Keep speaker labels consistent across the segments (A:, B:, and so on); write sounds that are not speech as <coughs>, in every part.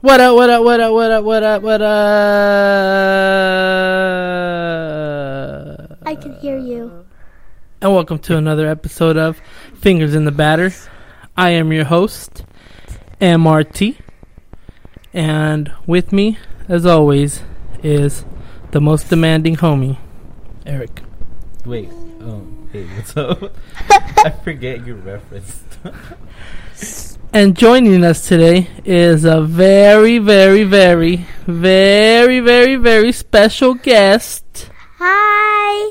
A: What up, what up, what up, what up, what up, what up?
B: I can hear you.
A: And welcome to another episode of Fingers in the Batter. I am your host, MRT. And with me, as always, is the most demanding homie, Eric.
C: Wait, <laughs> um, hey, what's up? I forget your
A: <laughs>
C: reference.
A: And joining us today is a very, very, very, very, very, very special guest,
B: Hi.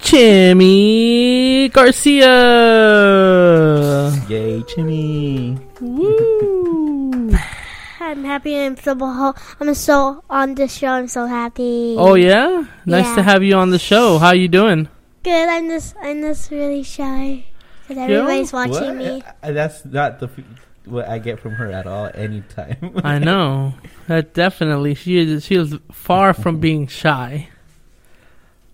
A: Chimmy Garcia.
C: Yay, Jimmy!
A: Woo!
B: I'm happy. I'm so beho- I'm so on this show. I'm so happy.
A: Oh yeah, nice
B: Yeah.
A: to have you on the show. How you doing?
B: Good. I'm just I'm just really shy because everybody's watching me.
C: Uh, That's not the f- what I get from her at all. Anytime.
A: <laughs> I know that definitely. She is. She is far from being shy.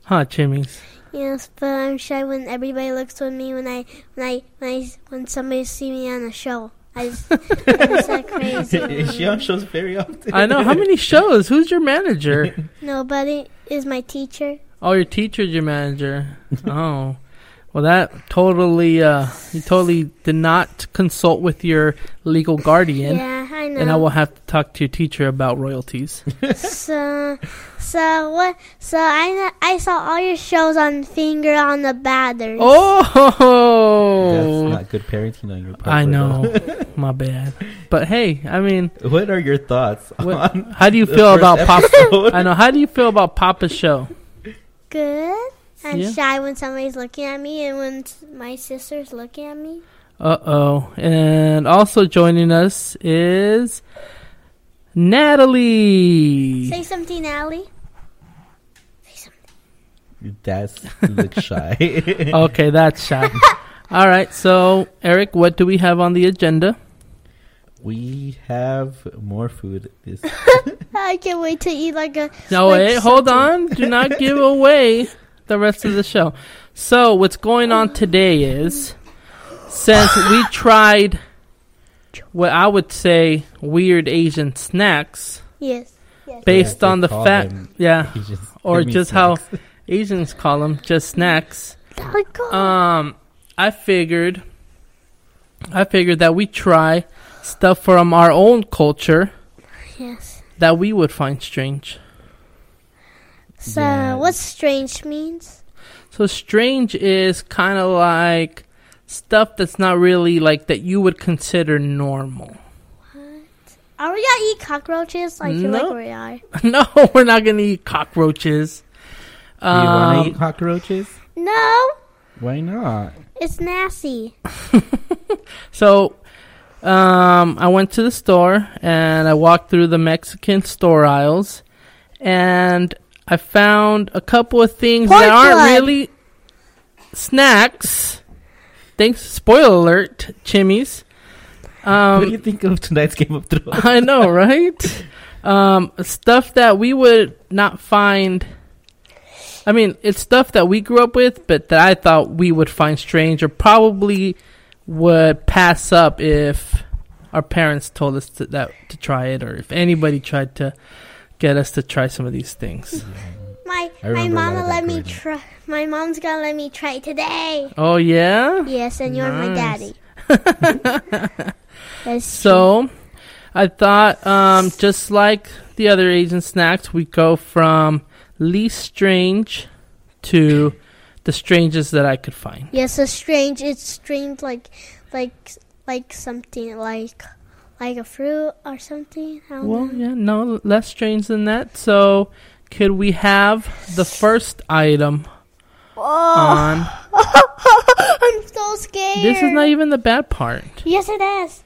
A: Huh, Chimmies?
B: Yes, but I'm shy when everybody looks with me when I when I when I when somebody see me on a show. I just it's like
A: <laughs>
B: crazy.
C: Is <laughs> she on shows very often?
A: I
C: <laughs>
A: know. How many shows? Who's your manager?
B: Nobody is my teacher.
A: Oh, your teacher's your manager. Oh, well, that totally. Uh, you totally did not consult with your legal guardian.
B: Yeah, I know.
A: And I will have to talk to your teacher about royalties.
B: so, so what? So I I saw all your shows on Finger on the Batter.
A: Oh,
C: That's not good parenting on your part.
A: I know.
C: Rodo.
A: My bad. But hey, I mean,
C: <laughs> what are your thoughts
A: What- <laughs>
C: on?
A: how do you
C: the
A: feel
C: first
A: about Papa?
C: episode?
A: I know. How do you feel about Papa's show?
B: Good. I'm
A: Yeah.
B: shy when somebody's looking at me and when s- my sister's looking at me.
A: Uh oh. And also joining us is Natalie.
B: Say something, Allie. Say something.
A: <laughs>
C: That's look shy.
A: Okay, that's shy. All right. So Eric, what do we have on the agenda?
C: We have more food. This
B: <laughs>
C: <laughs>
B: I can't wait to eat like a.
A: No,
B: Like
A: wait, hold on. Do not give away the rest of the show. So, what's going on today is since we tried what I would say weird Asian snacks
B: Yes. Yes.
A: based
C: they
A: on the
C: call
A: fact,
C: them <laughs>
A: yeah,
C: Asians.
A: or
C: I mean,
A: just how
C: snacks.
A: Asians call them just snacks.
B: Oh, God.
A: Um, I figured, I figured that we try stuff from our own culture
B: yes.
A: that we would find strange.
B: So,
C: Yeah.
B: what strange means?
A: So strange is kind of like stuff that's not really like that you would consider normal. <laughs>
B: Are we gonna eat cockroaches? I feel
A: No.
B: like we are.
A: no, we're not gonna eat cockroaches.
C: Do you want
A: Um,
C: to eat cockroaches?
B: No,
C: Why not?
B: it's nasty.
A: so, um, I went to the store and I walked through the Mexican store aisles, and I found a couple of things
B: Pork
A: that aren't
B: blood.
A: really snacks. Thanks. Spoiler alert, Chimmies. Um,
C: what do you think of tonight's Game of Thrones?
A: <laughs> I know, right? um, stuff that we would not find. I mean, it's stuff that we grew up with, but that I thought we would find strange or probably would pass up if our parents told us to, that to try it, or if anybody tried to get us to try some of these things.
B: My
C: I
B: my
C: remember a lot
B: mama
C: of
B: let
C: that
B: me
C: growing up.
B: try. My mom's gonna let me try today.
A: Oh yeah.
B: Yes, and you're my
A: Nice.
B: daddy.
A: <laughs>
B: That's
A: So, I thought, um, just like the other Asian snacks, we go from least strange to the strangest that I could find.
B: Yes, it's strange. It's strange, like, like, like something like, like a fruit or something. I don't
A: Well,
B: know.
A: yeah, no, less strange than that. So, could we have the first item
B: Oh,
A: on?
B: I'm so scared.
A: This is not even the bad part.
B: Yes, it is.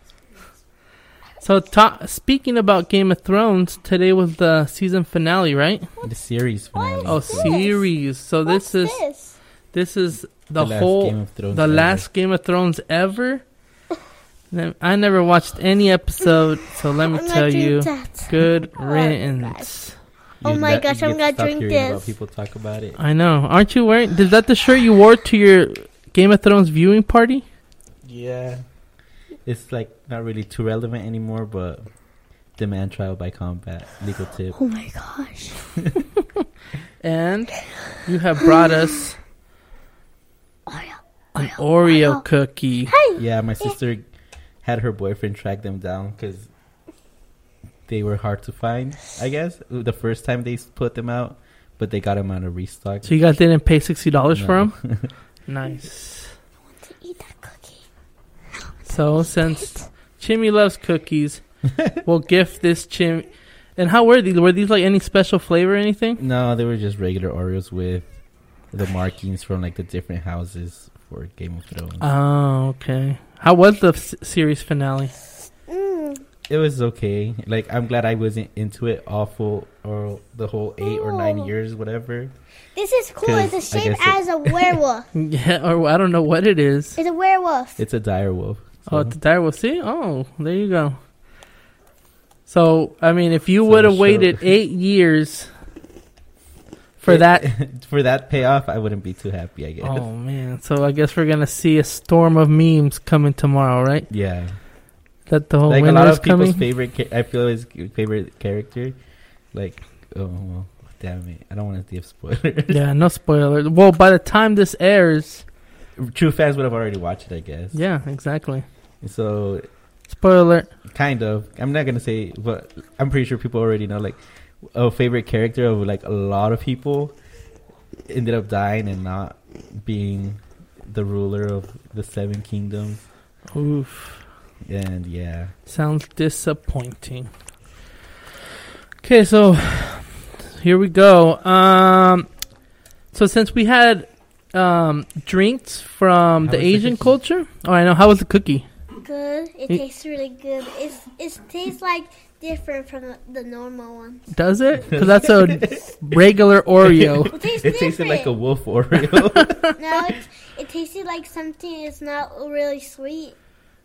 A: So, ta- speaking about Game of Thrones, today was the season finale, right?
C: <laughs> The series finale.
A: Oh,
B: Yes.
A: series. So
B: What's
A: this is
B: this?
A: this is the,
C: last
A: whole
C: Game of Thrones
A: the
C: ever.
A: last Game of Thrones ever. Ne- I never watched any episode, so let me
B: I'm
A: tell
B: gonna drink
A: you,
B: that.
A: good
B: <laughs> Oh,
A: riddance.
B: Oh
C: You
B: my
C: got-
B: gosh,
C: you
B: I'm gonna
C: get to stop
B: drink
C: hearing About
B: this.
C: people talk about it.
A: I know. Aren't you wearing? Is that the shirt you wore to your Game of Thrones viewing party?
C: Yeah, it's like not really too relevant anymore, but Demand trial by combat. Legal tip.
B: Oh my gosh.
A: And you have brought us
B: Oreo.
A: an Oreo
B: Oreo.
A: cookie.
C: Yeah, my sister had her boyfriend track them down because they were hard to find. I guess the first time they s- put them out, but they got them on a restock.
A: So you guys didn't pay sixty dollars for
C: No.
A: 'em? for them. nice.
B: To eat that cookie.
A: So since Chimmy loves <laughs> cookies, we'll gift this Chimmy. And how were these? Were these like any special flavor or anything?
C: No, they were just regular Oreos with the markings from like the different houses for Game of Thrones.
A: Oh, okay. How was the s- series finale? <laughs>
B: Mm.
C: it was okay. Like I'm glad I wasn't into it awful or the whole eight or nine
B: Oh.
C: years, whatever.
B: This is cool. It's a
C: Cause I
B: shape
C: guess it-
B: as a werewolf.
A: Yeah, or I don't know what it is.
B: It's a werewolf.
C: It's a dire wolf.
A: Oh,
C: so-
A: the dire will see. Oh, there you go. So I mean, if you
C: So
A: would have
C: sure.
A: <laughs> waited eight years for that <laughs>
C: <laughs> for that payoff, I wouldn't be too happy. I guess.
A: Oh man! So I guess we're gonna see a storm of memes coming tomorrow, right?
C: Yeah.
A: That the whole
C: like a lot
A: winter's
C: of people's
A: coming.
C: favorite. Ca- I feel his favorite character. Like, oh well, damn it! I don't want to give spoilers.
A: yeah, no spoiler. Well, by the time this airs,
C: <laughs> True fans would have already watched it, I guess.
A: yeah, exactly.
C: So
A: Spoiler.
C: kind of. I'm not gonna say, but I'm pretty sure people already know. Like, a favorite character of like a lot of people ended up dying and not being the ruler of the seven kingdoms.
A: Oof.
C: And yeah,
A: Sounds disappointing. Okay, so here we go. Um, so since we had um drinks from
C: How
A: the
C: was the
A: Asian
C: cookie?
A: culture, oh, I know. How was the cookie?
B: Good. It
A: It-
B: tastes really good. It's it tastes like different from the normal one.
A: Does it? Because that's
C: <laughs>
A: a regular Oreo.
B: It tastes
C: it tasted
B: different.
C: like a wolf Oreo.
B: <laughs>
C: <laughs>
B: no, it, it tasted like something that's not really sweet,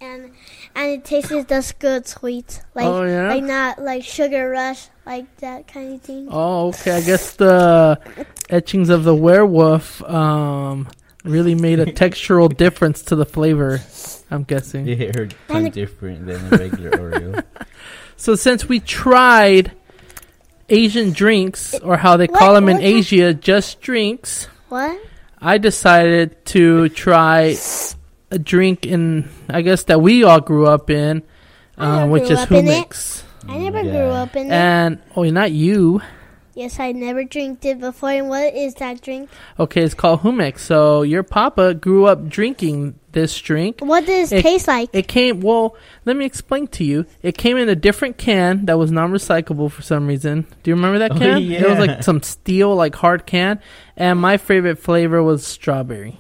B: and and it tasted just good sweet, <laughs> like
A: oh yeah.
B: like not like sugar rush, like that kind of thing.
A: Oh, okay. I guess the etchings of the werewolf um, really made a textural difference to the flavor. I'm guessing.
C: it hit her
B: And
C: tongue
B: it-
C: different than a
B: <laughs>
C: regular Oreo.
A: So since we tried Asian drinks, or how they
B: What-
A: call them in
B: what kind-
A: Asia, just drinks,
B: What?
A: I decided to try a drink in, I guess that we all grew up in,
B: I
A: uh,
B: grew
A: which is
B: up in it.
A: humix.
B: I never
C: Yeah.
B: grew up in it.
A: And oh, not you.
B: Yes, I never drank it before. And what is that drink?
A: Okay, it's called humix. So your papa grew up drinking this drink.
B: What does it
A: It-
B: taste like?
A: It came, well, let me explain to you. It came in a different can that was non recyclable for some reason. Do you remember that
C: Oh,
A: can? It was
C: yeah.
A: like some steel, like hard can. And my favorite flavor was strawberry.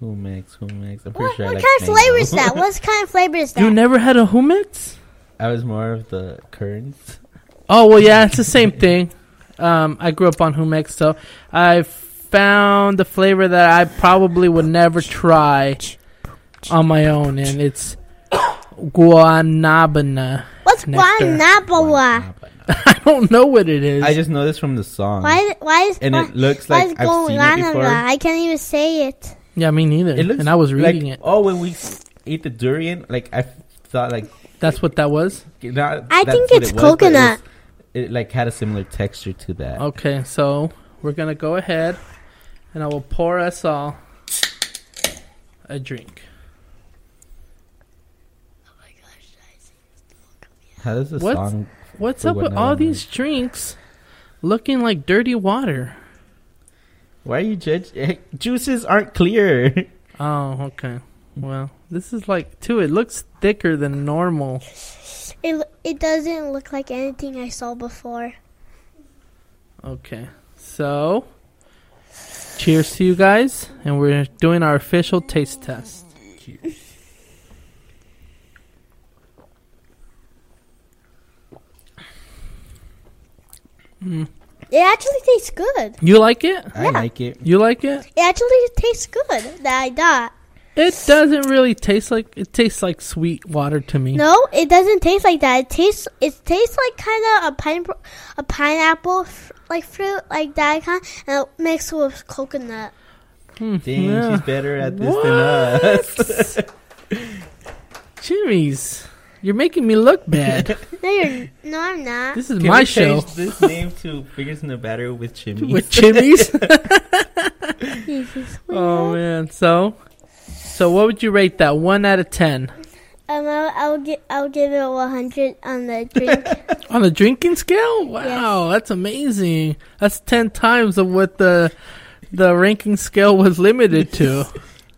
C: Who makes? Who makes? I'm pretty
B: What,
C: sure.
B: what
C: I like
B: kind of
C: mango.
B: flavor is that? What kind of flavor
C: <laughs>
B: is
A: You
B: that?
A: never had a hummus?
C: I was more of the currants.
A: Oh, well, yeah, it's the same thing. Um, I grew up on hummus, so I found the flavor that I probably would never try on my own, and it's <coughs> guanabana. <laughs>
B: What's
A: Nectar.
B: guanabawa?
A: I don't know what it is.
C: I just know this from the song,
B: Why? Why is
C: and
B: why,
C: it looks
B: why
C: like
B: is
C: I've seen it
B: guanabana?
C: before.
B: I can't even say it.
A: yeah, me neither.
C: It looks
A: and I was
C: like-
A: reading it.
C: Oh, when we s- ate the durian, like I f- thought, like
A: That's what that was?
C: not,
B: I
C: that's
B: think
C: what
B: it's
C: it was, but
B: coconut.
C: It, was, it like had a similar texture to that.
A: Okay, so we're gonna go ahead, and I will pour us all a drink.
C: Oh How does the
A: What's-
C: song?
A: What's
C: For
A: up with
C: one
A: all
C: item.
A: these drinks looking like dirty water?
C: Why are you judging? Juices
B: <laughs>
C: aren't clear.
A: Oh, okay. Well, this is like too. It looks thicker than normal.
B: It lo- it doesn't look like anything I saw before.
A: Okay, so cheers to you guys, and we're doing our official taste test.
B: It actually tastes good.
A: You like it?
C: I
B: Yeah.
C: like it.
A: You like it?
B: It actually tastes good that I thought.
A: It doesn't really taste like it tastes like sweet water to me.
B: No, it doesn't taste like that. It tastes it tastes like kind of a pine a pineapple f- like fruit like that kind and mixed with coconut.
A: Hmm,
C: Dang,
A: yeah. <laughs>
C: she's better at this than us.
A: Jimmy's. You're making me look bad.
B: No, <laughs> you're. No, I'm not.
A: this is
C: <laughs> <laughs> Can
A: my
C: we
A: show
C: change this name to Fingers in the Batter with
A: <laughs>
C: Chimney. <laughs>
A: with chimneys.
B: Jesus.
A: oh man, so so what would you rate that? One out of ten
B: Um, I'll, I'll give I'll give it a 100 on the drink. <laughs>
A: on the drinking scale. Wow, that's amazing. That's ten times of what the the ranking scale was limited
C: <laughs>
A: to.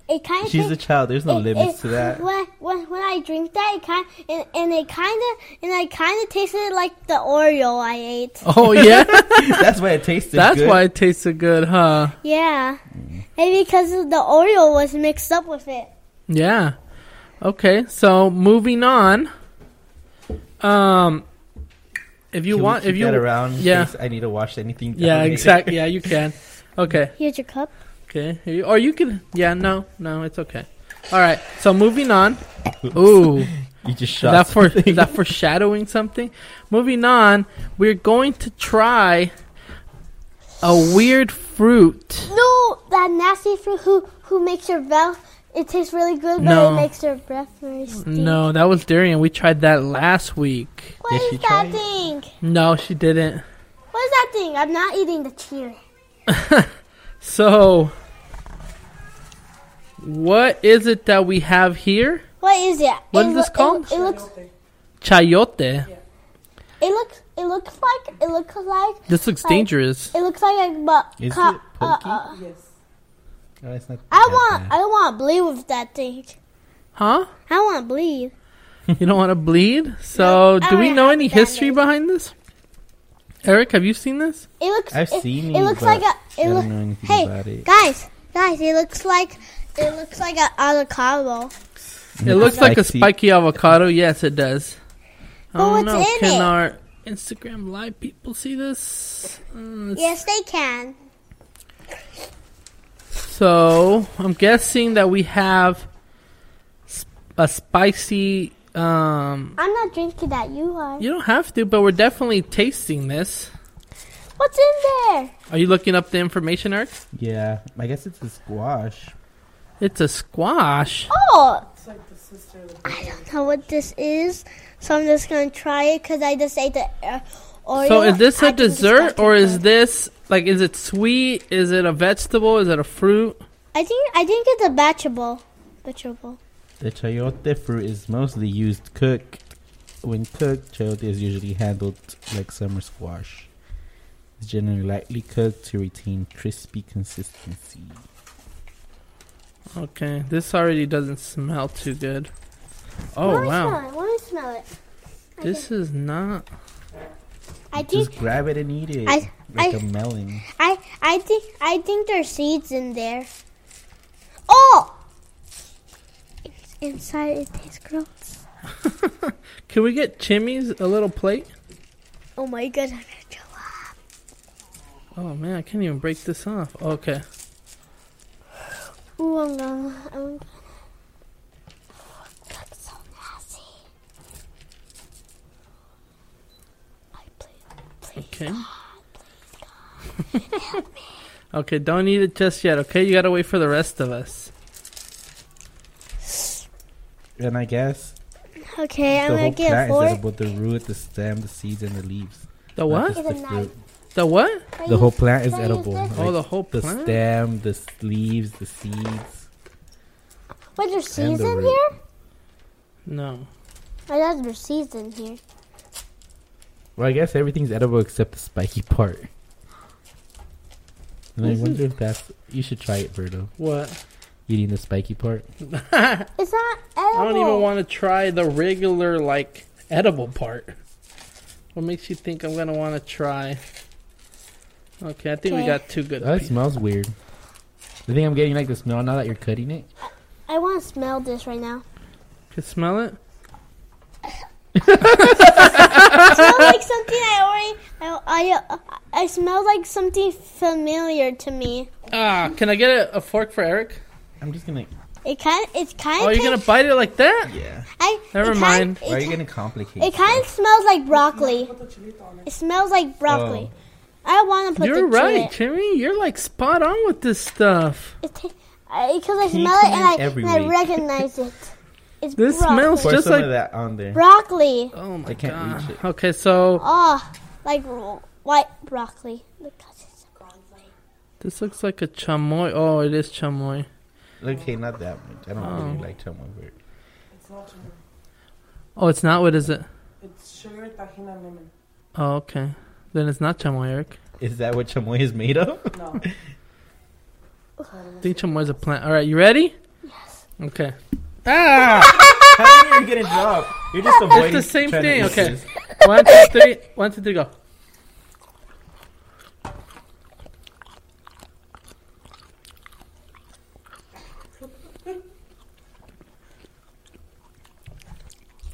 B: it kind of
C: She's a child. There's no limits to that.
B: When, when, when I drink that, it kind and, and it kind of and I kind of tasted like the Oreo I ate.
A: Oh yeah,
C: <laughs> That's why it tasted
A: that's
C: good.
A: why it tasted good, huh?
B: Yeah,
C: Mm.
B: maybe because the Oreo was mixed up with it.
A: Yeah. Okay, so moving on. Um, if you
C: Can we
A: want,
C: keep
A: if you
C: that around, in
A: yeah.
C: case I need to wash anything. down
A: yeah,
C: later.
A: exactly. Yeah, you can. Okay,
B: Here's your cup.
A: okay. You- Or you can. Yeah, no, no, it's okay. All right. So moving
C: <laughs>
A: on. Ooh, is
C: <laughs> You just shot.
A: that for is that foreshadowing something? Moving on, we're going to try a weird fruit.
B: No, that nasty fruit who who makes your breath. It tastes really good, but
A: No.
B: it makes your breath very stink.
A: No, that was durian. We tried that last week.
B: What
C: Did
B: is
C: she
B: that
C: try it?
B: thing?
A: No, she didn't.
B: What is that thing? I'm not eating the cheer.
A: <laughs> So, what is it that we have here?
B: What is it?
A: What
B: it
A: is this
B: loo- it-
A: called?
B: it looks.
A: Chayote.
B: It looks. It looks like. It looks like.
A: This looks
B: Hi.
A: dangerous.
B: It looks like a Uh, but.
C: Is it pokey?
D: Yes.
C: No, it's not
B: I
C: that
B: want.
C: bad.
B: I want bleed with that thing.
A: Huh?
B: I want bleed.
A: You don't want to bleed? So,
B: No, Oh, I
A: do we
B: don't
A: know
B: have
A: any
B: that
A: history
B: many.
A: behind this? Eric, have you seen this?
B: It looks.
C: I've
B: it,
C: seen
B: it.
C: it,
B: looks
C: but
B: like a.
C: I
B: It
C: don't
B: looks.
C: know anything
B: Hey,
C: about it.
B: guys, guys! It looks like. It looks like an avocado.
A: It looks like a
C: Spicy.
A: spiky avocado. Yes, it does. I
B: But
A: don't
B: what's
A: know.
B: Oh, in
A: Can
B: it?
A: our Instagram live people see this? Uh, it's-
B: Yes, they can.
A: So I'm guessing that we have sp- a spicy. Um,
B: I'm not drinking that. You are.
A: you don't have to, but we're definitely tasting this.
B: What's in there?
A: Are you looking up the information, Eric?
C: Yeah, I guess it's a squash.
A: It's a squash.
B: Oh,
D: It's like the sister. of the-
B: I don't know what this is, so I'm just gonna try it because I just ate the. Uh, Oreo.
A: So is this
B: I
A: a
B: think it's
A: dessert
B: fucking
A: or is
B: good.
A: this like is it sweet? Is it a vegetable? Is it a fruit?
B: I think I think it's a batchable. Batchable.
C: The chayote fruit is mostly used cooked. When cooked, chayote is usually handled like summer squash. It's generally lightly cooked to retain crispy consistency.
A: Okay, this already doesn't smell too good. Oh
B: Let me
A: wow.
B: Smell it. Let me smell it. I
A: This is not
B: think- I think
C: Just grab it and eat it
B: I-
C: like
B: I-
C: a melon.
B: I I think I think there's seeds in there. Oh! It's inside it tastes gross.
A: Can we get Chimmy's a little plate?
B: Oh my god, I'm gonna throw up.
A: Oh man, I can't even break this off. Okay.
B: Ooh, I'm gonna, I'm gonna. Oh, that's so nasty. I please, please.
A: Okay.
B: <gasps>
A: <laughs> okay, don't eat it just yet, okay? You gotta wait for the rest of us.
C: And I guess
B: Okay, I'm
C: the
B: gonna
C: whole
B: get a
C: plant is
B: fork.
C: about the root, the stem, the seeds, and the leaves.
A: The
C: not
A: what?
C: just
B: With a
C: the fruit.
A: The what?
B: Can
C: The
B: you-
C: whole plant is
B: can I use
C: edible.
B: this?
A: Oh,
C: like
A: the whole
C: the
A: plant?
C: stem, the s- leaves, the seeds.
B: Wait, there's
C: and
B: seeds
C: the
B: in
C: root.
B: here?
A: No.
B: I thought there's seeds in here.
C: Well, I guess everything's edible except the spiky part. And I
A: This
C: wonder if that's. You should try it, Birdo.
A: What?
C: Eating the spiky part.
B: It's not
A: I
B: edible.
A: don't even want to try the regular, like, edible part. What makes you think I'm going to want to try? Okay, I think we
B: Okay.
A: got two good
C: Oh, it
A: pieces.
C: smells weird. I think I'm getting like the smell now that you're cutting it.
B: I want to smell this right now.
A: Can smell it?
B: It smells like something I already. I, I, I smell like something familiar to me.
A: Ah, can I get a, a fork for Eric?
C: I'm just gonna.
B: It kind. It's kind.
A: Oh, you're going to bite it like that?
C: Yeah.
B: I,
A: Never
B: it kind-
A: mind.
B: it
C: Why are you
B: ki-
C: gonna complicate?
B: It kind of smells like broccoli.
D: Put the chilito on it.
B: It smells like
C: Oh.
B: broccoli. I want to put
A: You're
B: the
A: right,
B: chili-
A: Jimmy. You're, like, spot on with this stuff.
B: It because I
C: Can you
B: smell it
C: come
B: and
C: in
B: I,
C: every
B: and I
C: week? <laughs>
B: recognize it. It's
A: This
B: broccoli.
A: smells-
C: Pour
A: just
C: some
A: like-
C: of that on there.
B: broccoli.
A: Oh my
C: I can't
A: god.
C: reach it.
A: Okay, so
B: Oh, like r- white
C: <laughs>
B: broccoli. Because it's broccoli.
A: this looks like a chamoy. Oh, it is chamoy.
C: Okay, not that much. I don't really
A: Oh.
C: like chamoy. but-
D: It's not sugar.
A: Oh, it's not. What is it?
D: It's sugar, tahina, and lemon.
A: Oh, okay. Then it's not chamoy, Eric.
C: Is that what chamoy is
A: <laughs>
C: made of?
D: No.
A: I think chamoy is a plant. All right, you ready?
B: Yes. Ah!
A: Okay.
C: How are you gonna drop? You're just avoiding.
A: the same
C: trying to
A: thing,
C: eat
A: okay.
C: this.
A: <laughs> One, two, three. One, two, three, go.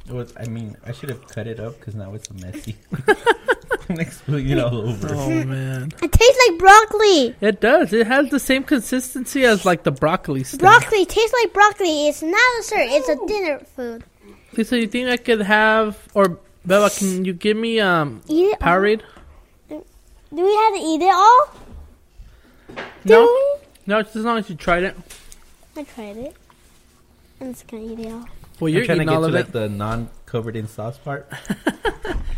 C: It was- I mean, I should have cut it up because now
A: <laughs>
C: it's messy. <laughs> I'm exploding it all over.
A: Oh man,
B: It tastes like broccoli.
A: it does. It has the same consistency as like the broccoli stuff.
B: Broccoli tastes like broccoli. It's not a dessert. It's a dinner food.
A: Lisa, you think I could have or Bella? Can you give me um
B: Eat it. all.
A: Powerade?
B: Do we have to eat it all? Do
A: No,
B: we?
A: no. Just as long as you tried it.
B: I tried it. I'm just gonna eat it all.
A: Well, you're
C: You're I'm trying to
A: eating
C: get to
A: all of
C: like
A: it.
C: the non-covered in sauce
A: <laughs>
C: part.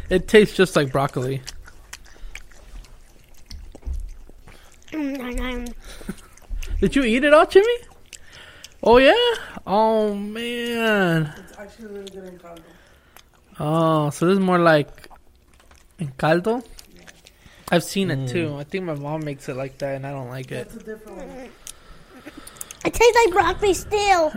A: It tastes just like broccoli.
B: Mm, nom, nom.
A: Did you eat it all, Jimmy? Oh yeah. Oh man.
D: It's actually really good in caldo.
A: Oh, so this is more like in caldo. I've seen
C: Mm.
A: it too. I think my mom makes it like that, and I don't like it.
D: That's a different one.
B: It tastes like broccoli
A: <laughs>
B: still.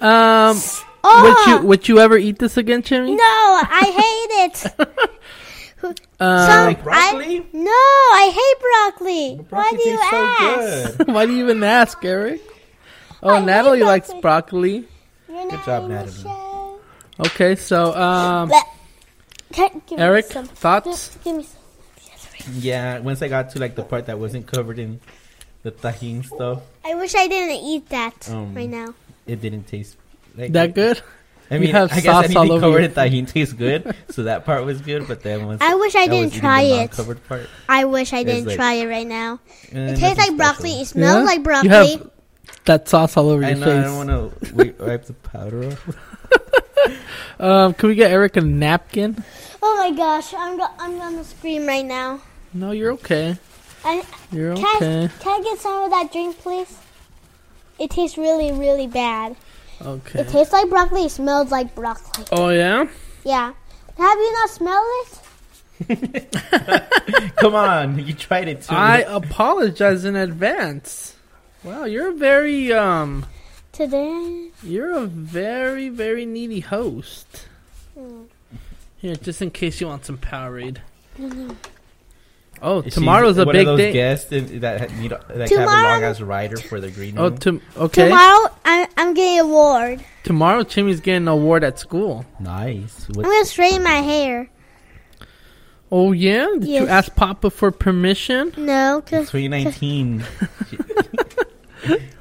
A: Um,
B: Oh
A: would you would you ever eat this again, Jimmy?
B: no! I hate
A: <laughs>
B: it.
A: Um,
C: like broccoli?
B: I, no, I hate broccoli. Why
C: Broccoli
B: do you
C: tastes so
B: ask?
A: <laughs>
C: good.
A: why do you even ask, Eric? Oh,
B: I hate
A: Natalie likes
B: broccoli.
A: broccoli.
B: You're not
C: job,
B: in the
C: Natalie.
B: show.
A: Okay, so um,
B: Bleh. Can- <laughs> give me
A: Eric,
B: some.
A: thoughts?
B: Give, give me some. Yes, right.
C: Yeah, once I got to like the part that wasn't covered in the tahine stuff,
B: I wish I didn't eat that
C: Um,
B: right now.
C: it didn't taste like
A: That good?
C: I
A: You
C: mean,
A: have
C: I guess
A: sauce
C: anything
A: all over
C: covered
A: you.
C: in tahine tastes good, so that part was good. But then
B: <laughs>
C: once
B: I wish I
C: that was
B: didn't
C: eating
B: try
C: the
B: it.
C: non-covered part,
B: I wish I didn't
C: like-
B: try it right now. It
C: eh, nothing
B: tastes like
C: special.
B: broccoli. It smells
A: Yeah?
B: like broccoli.
A: You have that sauce all over
C: I
A: your
C: know. I
A: face.
C: don't want to wipe, wipe the powder off. <laughs>
A: um, can we get Eric a napkin?
B: Oh my gosh, I'm go- I'm gonna scream right now.
A: No, you're okay.
B: I,
A: You're
B: can, I,
A: okay.
B: can I get some of that drink, please? It tastes really, really bad. It
A: Okay.
B: tastes like broccoli. It smells like broccoli.
A: Oh yeah. <laughs>
B: Yeah. Have you not smelled it?
C: Come on, you tried it too.
A: I apologize in advance. Wow, you're a very um,
B: Today.
A: you're a very very needy host.
B: Mm.
A: Here, just in case you want some Powerade.
B: Mm-hmm.
A: Oh,
C: She's
A: tomorrow's a
C: one
A: big
C: of those
A: day.
C: guests in- that ha- need, that have a
B: Tomorrow-
C: long ass rider for the green
A: Oh,
C: room.
A: to- okay.
B: Tomorrow, I'm, I'm getting a award.
A: Tomorrow, Jimmy's getting an award at school.
C: nice. What,
B: I'm gonna straighten my hair.
A: Oh yeah, did you
B: Yes.
A: ask Papa for permission?
B: No,
A: <laughs>
B: cause
C: 2019.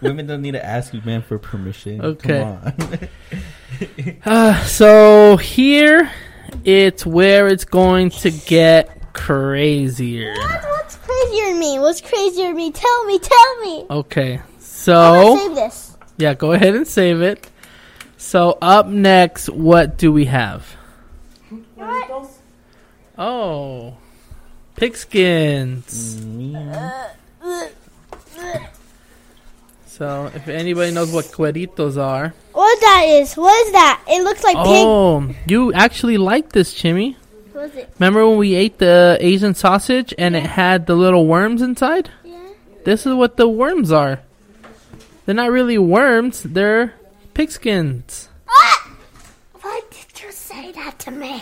C: Women don't need to ask you, man, for permission.
A: Okay.
C: Come on. <laughs>
A: Uh, so here, it's where it's going to get crazier.
B: What- what's crazier than me? What's crazier than me? Tell me, tell me.
A: Okay,
B: I'm gonna
A: so
B: save this.
A: yeah, go ahead and save it. So up next, what do we have?
D: Burritos.
A: Oh, pigskins. So if anybody knows what cueritos are,
B: What that is? What is that? It looks like pig.
A: oh, you actually like this, Jimmy.
B: What is it?
A: Remember when we ate the Asian sausage and it had the little worms inside?
B: Yeah.
A: This is what the worms are. They're not really worms, they're pigskins. <laughs>
B: Ah! Why did you say that to me?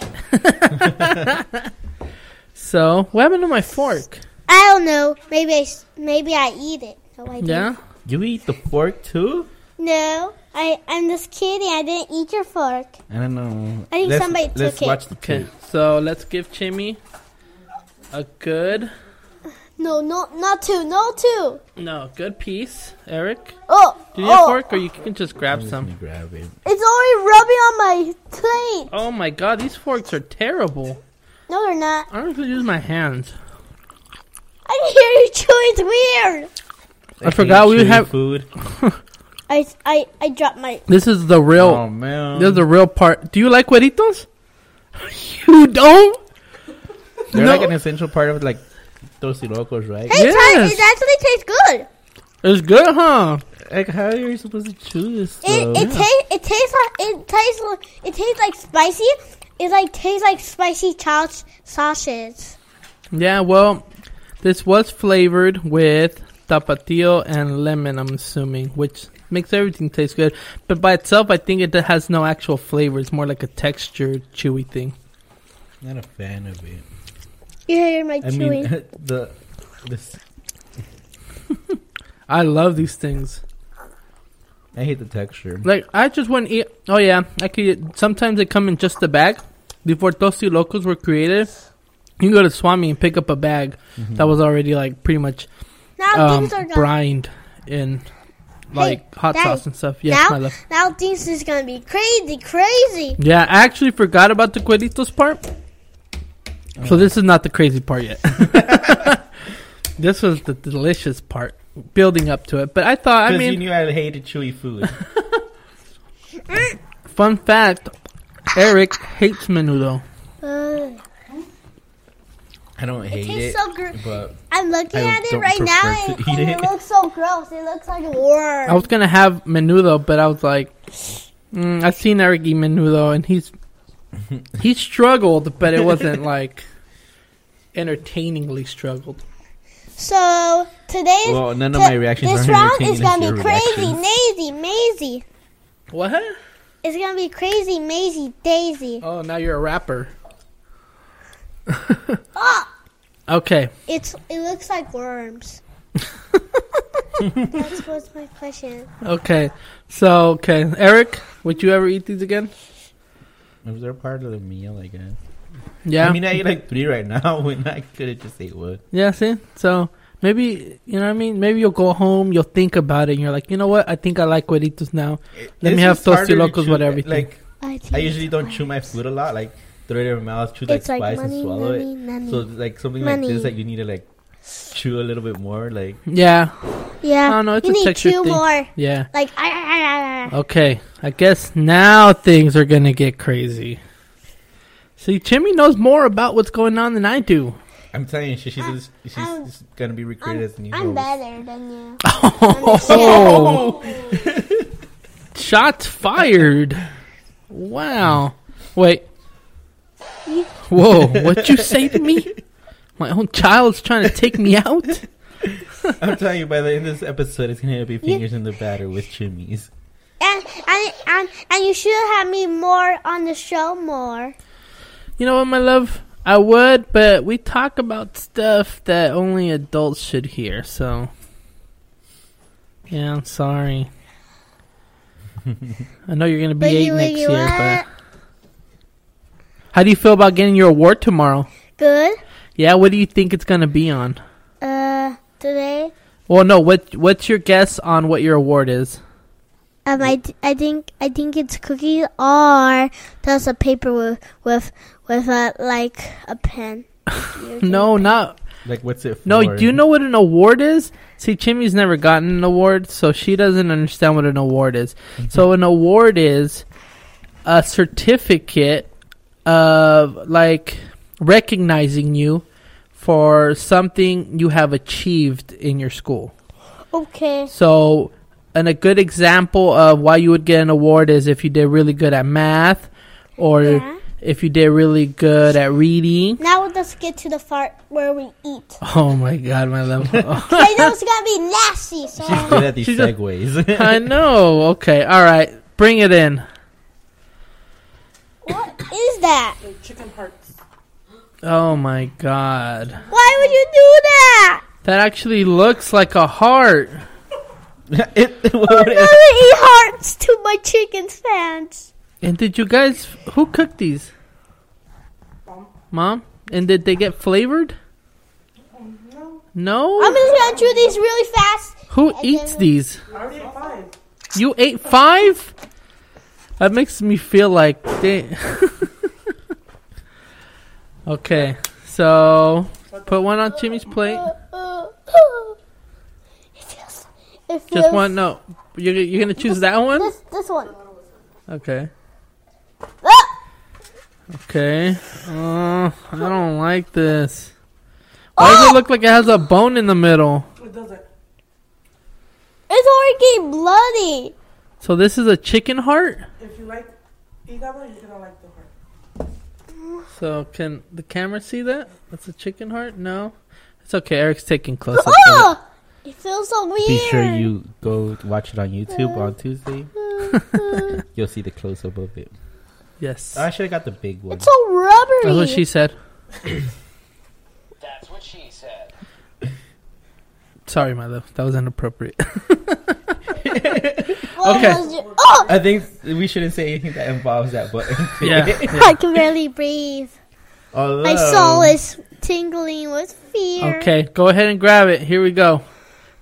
A: So, what happened to my fork?
B: I don't know. Maybe I s- maybe I eat it. No, I didn't.
A: Yeah?
C: You eat the fork too?
B: No, I I'm just kidding. I didn't eat your fork.
C: I don't know.
B: I think
C: let's,
B: somebody
C: let's
B: took it.
C: watch the
A: Okay,
C: tape.
A: so let's give Jimmy a good,
B: No, no, not two, no two.
A: no, good piece. Eric,
B: Oh,
A: do you need
B: oh,
A: a fork or you can just grab
C: Let me
A: some?
C: grab it.
B: it's already rubbing on my plate.
A: Oh my god, these forks are terrible.
B: No, they're not.
A: I don't even use my hands.
B: I can hear you chew. It's weird.
A: I forgot
C: hate
A: we
C: chewing
A: have-
C: food.
B: I, I, I dropped my.
A: This is the real.
C: Oh man,
A: This is the real part. Do you like cueritos? <laughs> you don't?
C: they're
A: no.
C: like an essential part of like Tosilocos, right?
B: Hey,
A: Yes.
B: Ty, it actually tastes good.
A: It's good, huh?
C: Like how are you supposed to chew this
B: It,
A: Oh,
C: stuff?
B: it, ta- it tastes like it tastes like it tastes like spicy. It like tastes like spicy chow- sausage.
A: Yeah, well, this was flavored with tapatio and lemon, I'm assuming, which makes everything taste good. But by itself, I think it has no actual flavor. It's more like a texture, chewy thing.
C: Not a fan of it.
B: You hear my
C: I mean, <laughs>
B: chewing?
C: the this
A: I love these things.
C: I hate the texture.
A: Like, I just want to eat. Oh, yeah, I could eat. Sometimes they come in just a bag. Before Tosti Locos were created, you can go to Swami and pick up a bag that was already, like, pretty much
B: now
A: um,
B: things are gone.
A: brined in like hot
B: Daddy,
A: sauce and stuff. Yeah,
B: now-
A: my love.
B: Now things is gonna be crazy, crazy.
A: Yeah, I actually forgot about the cueritos part. So this is not the crazy part yet. <laughs> this was the delicious part, building up to it. But I thought, I
C: Because you
A: mean,
C: knew I hated chewy food. <laughs>
A: fun fact: Eric hates menudo.
B: Ugh.
C: I don't
B: it
C: hate
B: Uh, tastes
C: it,
B: so gross.
C: but
B: I'm looking
C: I
B: at it
C: don't
B: right
C: prefer
B: now,
C: to
B: and,
C: eat
B: and it.
C: it.
B: looks so gross. It looks like worm.
A: I was gonna have menudo, but I was like, mm, I've seen Eric eat menudo, and he's he struggled, but it
C: <laughs>
A: wasn't like entertainingly struggled.
B: so today's
C: well, none of
B: t-
C: my reactions
B: this
C: are
B: round
C: entertaining
B: is
C: as
B: gonna
C: your
B: be crazy,
C: reactions.
B: mazy, mazy.
A: What?
B: It's gonna be crazy, mazy, daisy.
A: Oh, now you're a
C: <laughs>
A: rapper.
B: Oh.
A: Okay.
B: It's it looks like worms. That's what's my question.
A: <laughs> Okay. So, okay. Eric, would you ever eat these again?
C: It was their part of the meal, I guess.
A: Yeah.
C: I mean, I eat like three right now <laughs> when I could have just ate one.
A: yeah, see? So, maybe, you know what I mean? Maybe you'll go home, you'll think about it, and you're like, you know what? I think I like cueritos now. Let me
C: It's
A: have
C: just harder to
A: Tostilocos
C: chew,
A: with everything.
C: Like
B: I,
C: I usually don't chew my food a lot. Like throw it in my mouth, chew like
B: It's
C: spice
B: like
C: and
B: money,
C: swallow
B: money,
C: it.
B: money.
C: So like something like
B: Money.
C: this, like you need to like chew a little bit more. Like
A: Yeah.
B: yeah,
A: Oh, no, it's a
B: you need
A: texture
B: two
A: thing.
B: more.
A: Yeah.
B: Like ah, ah, ah, ah, ah.
A: Okay. I guess now things are going to get crazy. See, Chimmy knows more about what's going on than I do.
C: I'm telling you, she, she's
B: I'm-
C: she's
B: I'm-
C: just gonna be recruited as the new
B: I'm
C: host.
B: better than you.
A: Oh. Shots fired. Wow. Wait. Whoa, what you say to me? My own child's trying to take me out?
C: <laughs> I'm telling you, by the end of this episode, it's gonna be fingers in the batter with chimneys.
B: And and and and you should have me more on the show more.
A: You know what, my love? I would, but we talk about stuff that only adults should hear, so. Yeah, I'm sorry. I know you're going to be eight next year, but.
B: what?
A: How do you feel about getting your award tomorrow?
B: Good.
A: Yeah, what do you think it's going to be on?
B: Uh, today.
A: Well, no, what what's your guess on what your award is?
B: Um, I, th- I think I think it's cookies or just a paper with with with a like
A: <laughs>
B: a pen.
A: No, not
C: Like, what's it for?
A: No, do you know what an award is? See, Chimmy's never gotten an award, so she doesn't understand what an award is. So an award is a certificate of like recognizing you for something you have achieved in your school.
B: Okay.
A: So, and a good example of why you would get an award is if you did really good at math or
B: Yeah.
A: if you did really good at reading.
B: Now let's get to the part where we eat. <laughs>
A: <laughs> Oh my god, my love. <laughs>
B: I know it's gonna be nasty, so
C: She's good at these
A: She's a-
C: segues. <laughs>
A: I know. Okay. All right. Bring it in.
B: what is that?
D: They're chicken hearts.
A: Oh my god.
B: Why would you do that?
A: That actually looks like a heart.
C: <laughs> It- what
A: Oh,
B: I'm gonna
C: is-
B: eat E hearts to my chicken fans.
A: And did you guys who cooked these?
D: Mom.
A: Mom? And did they get flavored?
D: No,
A: No?
B: I'm just gonna chew these really fast.
A: who
B: I
A: eats
B: didn't-
A: these?
D: I already ate five.
A: You ate 5? That makes me feel like they <laughs> Okay. So, put one on Jimmy's plate.
B: Uh, uh, it feels. It it feels.
A: Just one? No. You're, you're going to choose that one?
B: This this one.
A: Okay.
B: Ah!
A: Okay. Uh, I don't like this. Why does it look like it has a bone in the middle?
D: It doesn't.
B: It's already getting bloody.
A: So this is a chicken heart?
D: If you like hígado, you're gonna like the heart.
A: So can the camera see that? That's a chicken heart? No. It's okay. Eric's taking close up. to
B: Oh! It feels so weird.
C: Be
A: <laughs>
C: sure you go watch it on YouTube on Tuesday. You'll see the close up of it.
A: it. Yes.
C: I should have got the big
B: <laughs>
C: one.
B: It's so rubbery.
A: That's what she said.
E: <coughs> That's what she said.
A: Sorry, my love. That was inappropriate.
B: What
A: Okay.
B: was your- oh!
C: I think we shouldn't say anything that involves that button.
A: <laughs>
C: <laughs>
A: yeah. Oh.
B: I can barely breathe.
C: Although,
B: My soul is tingling with fear.
A: Okay. Go ahead and grab it. Here we go.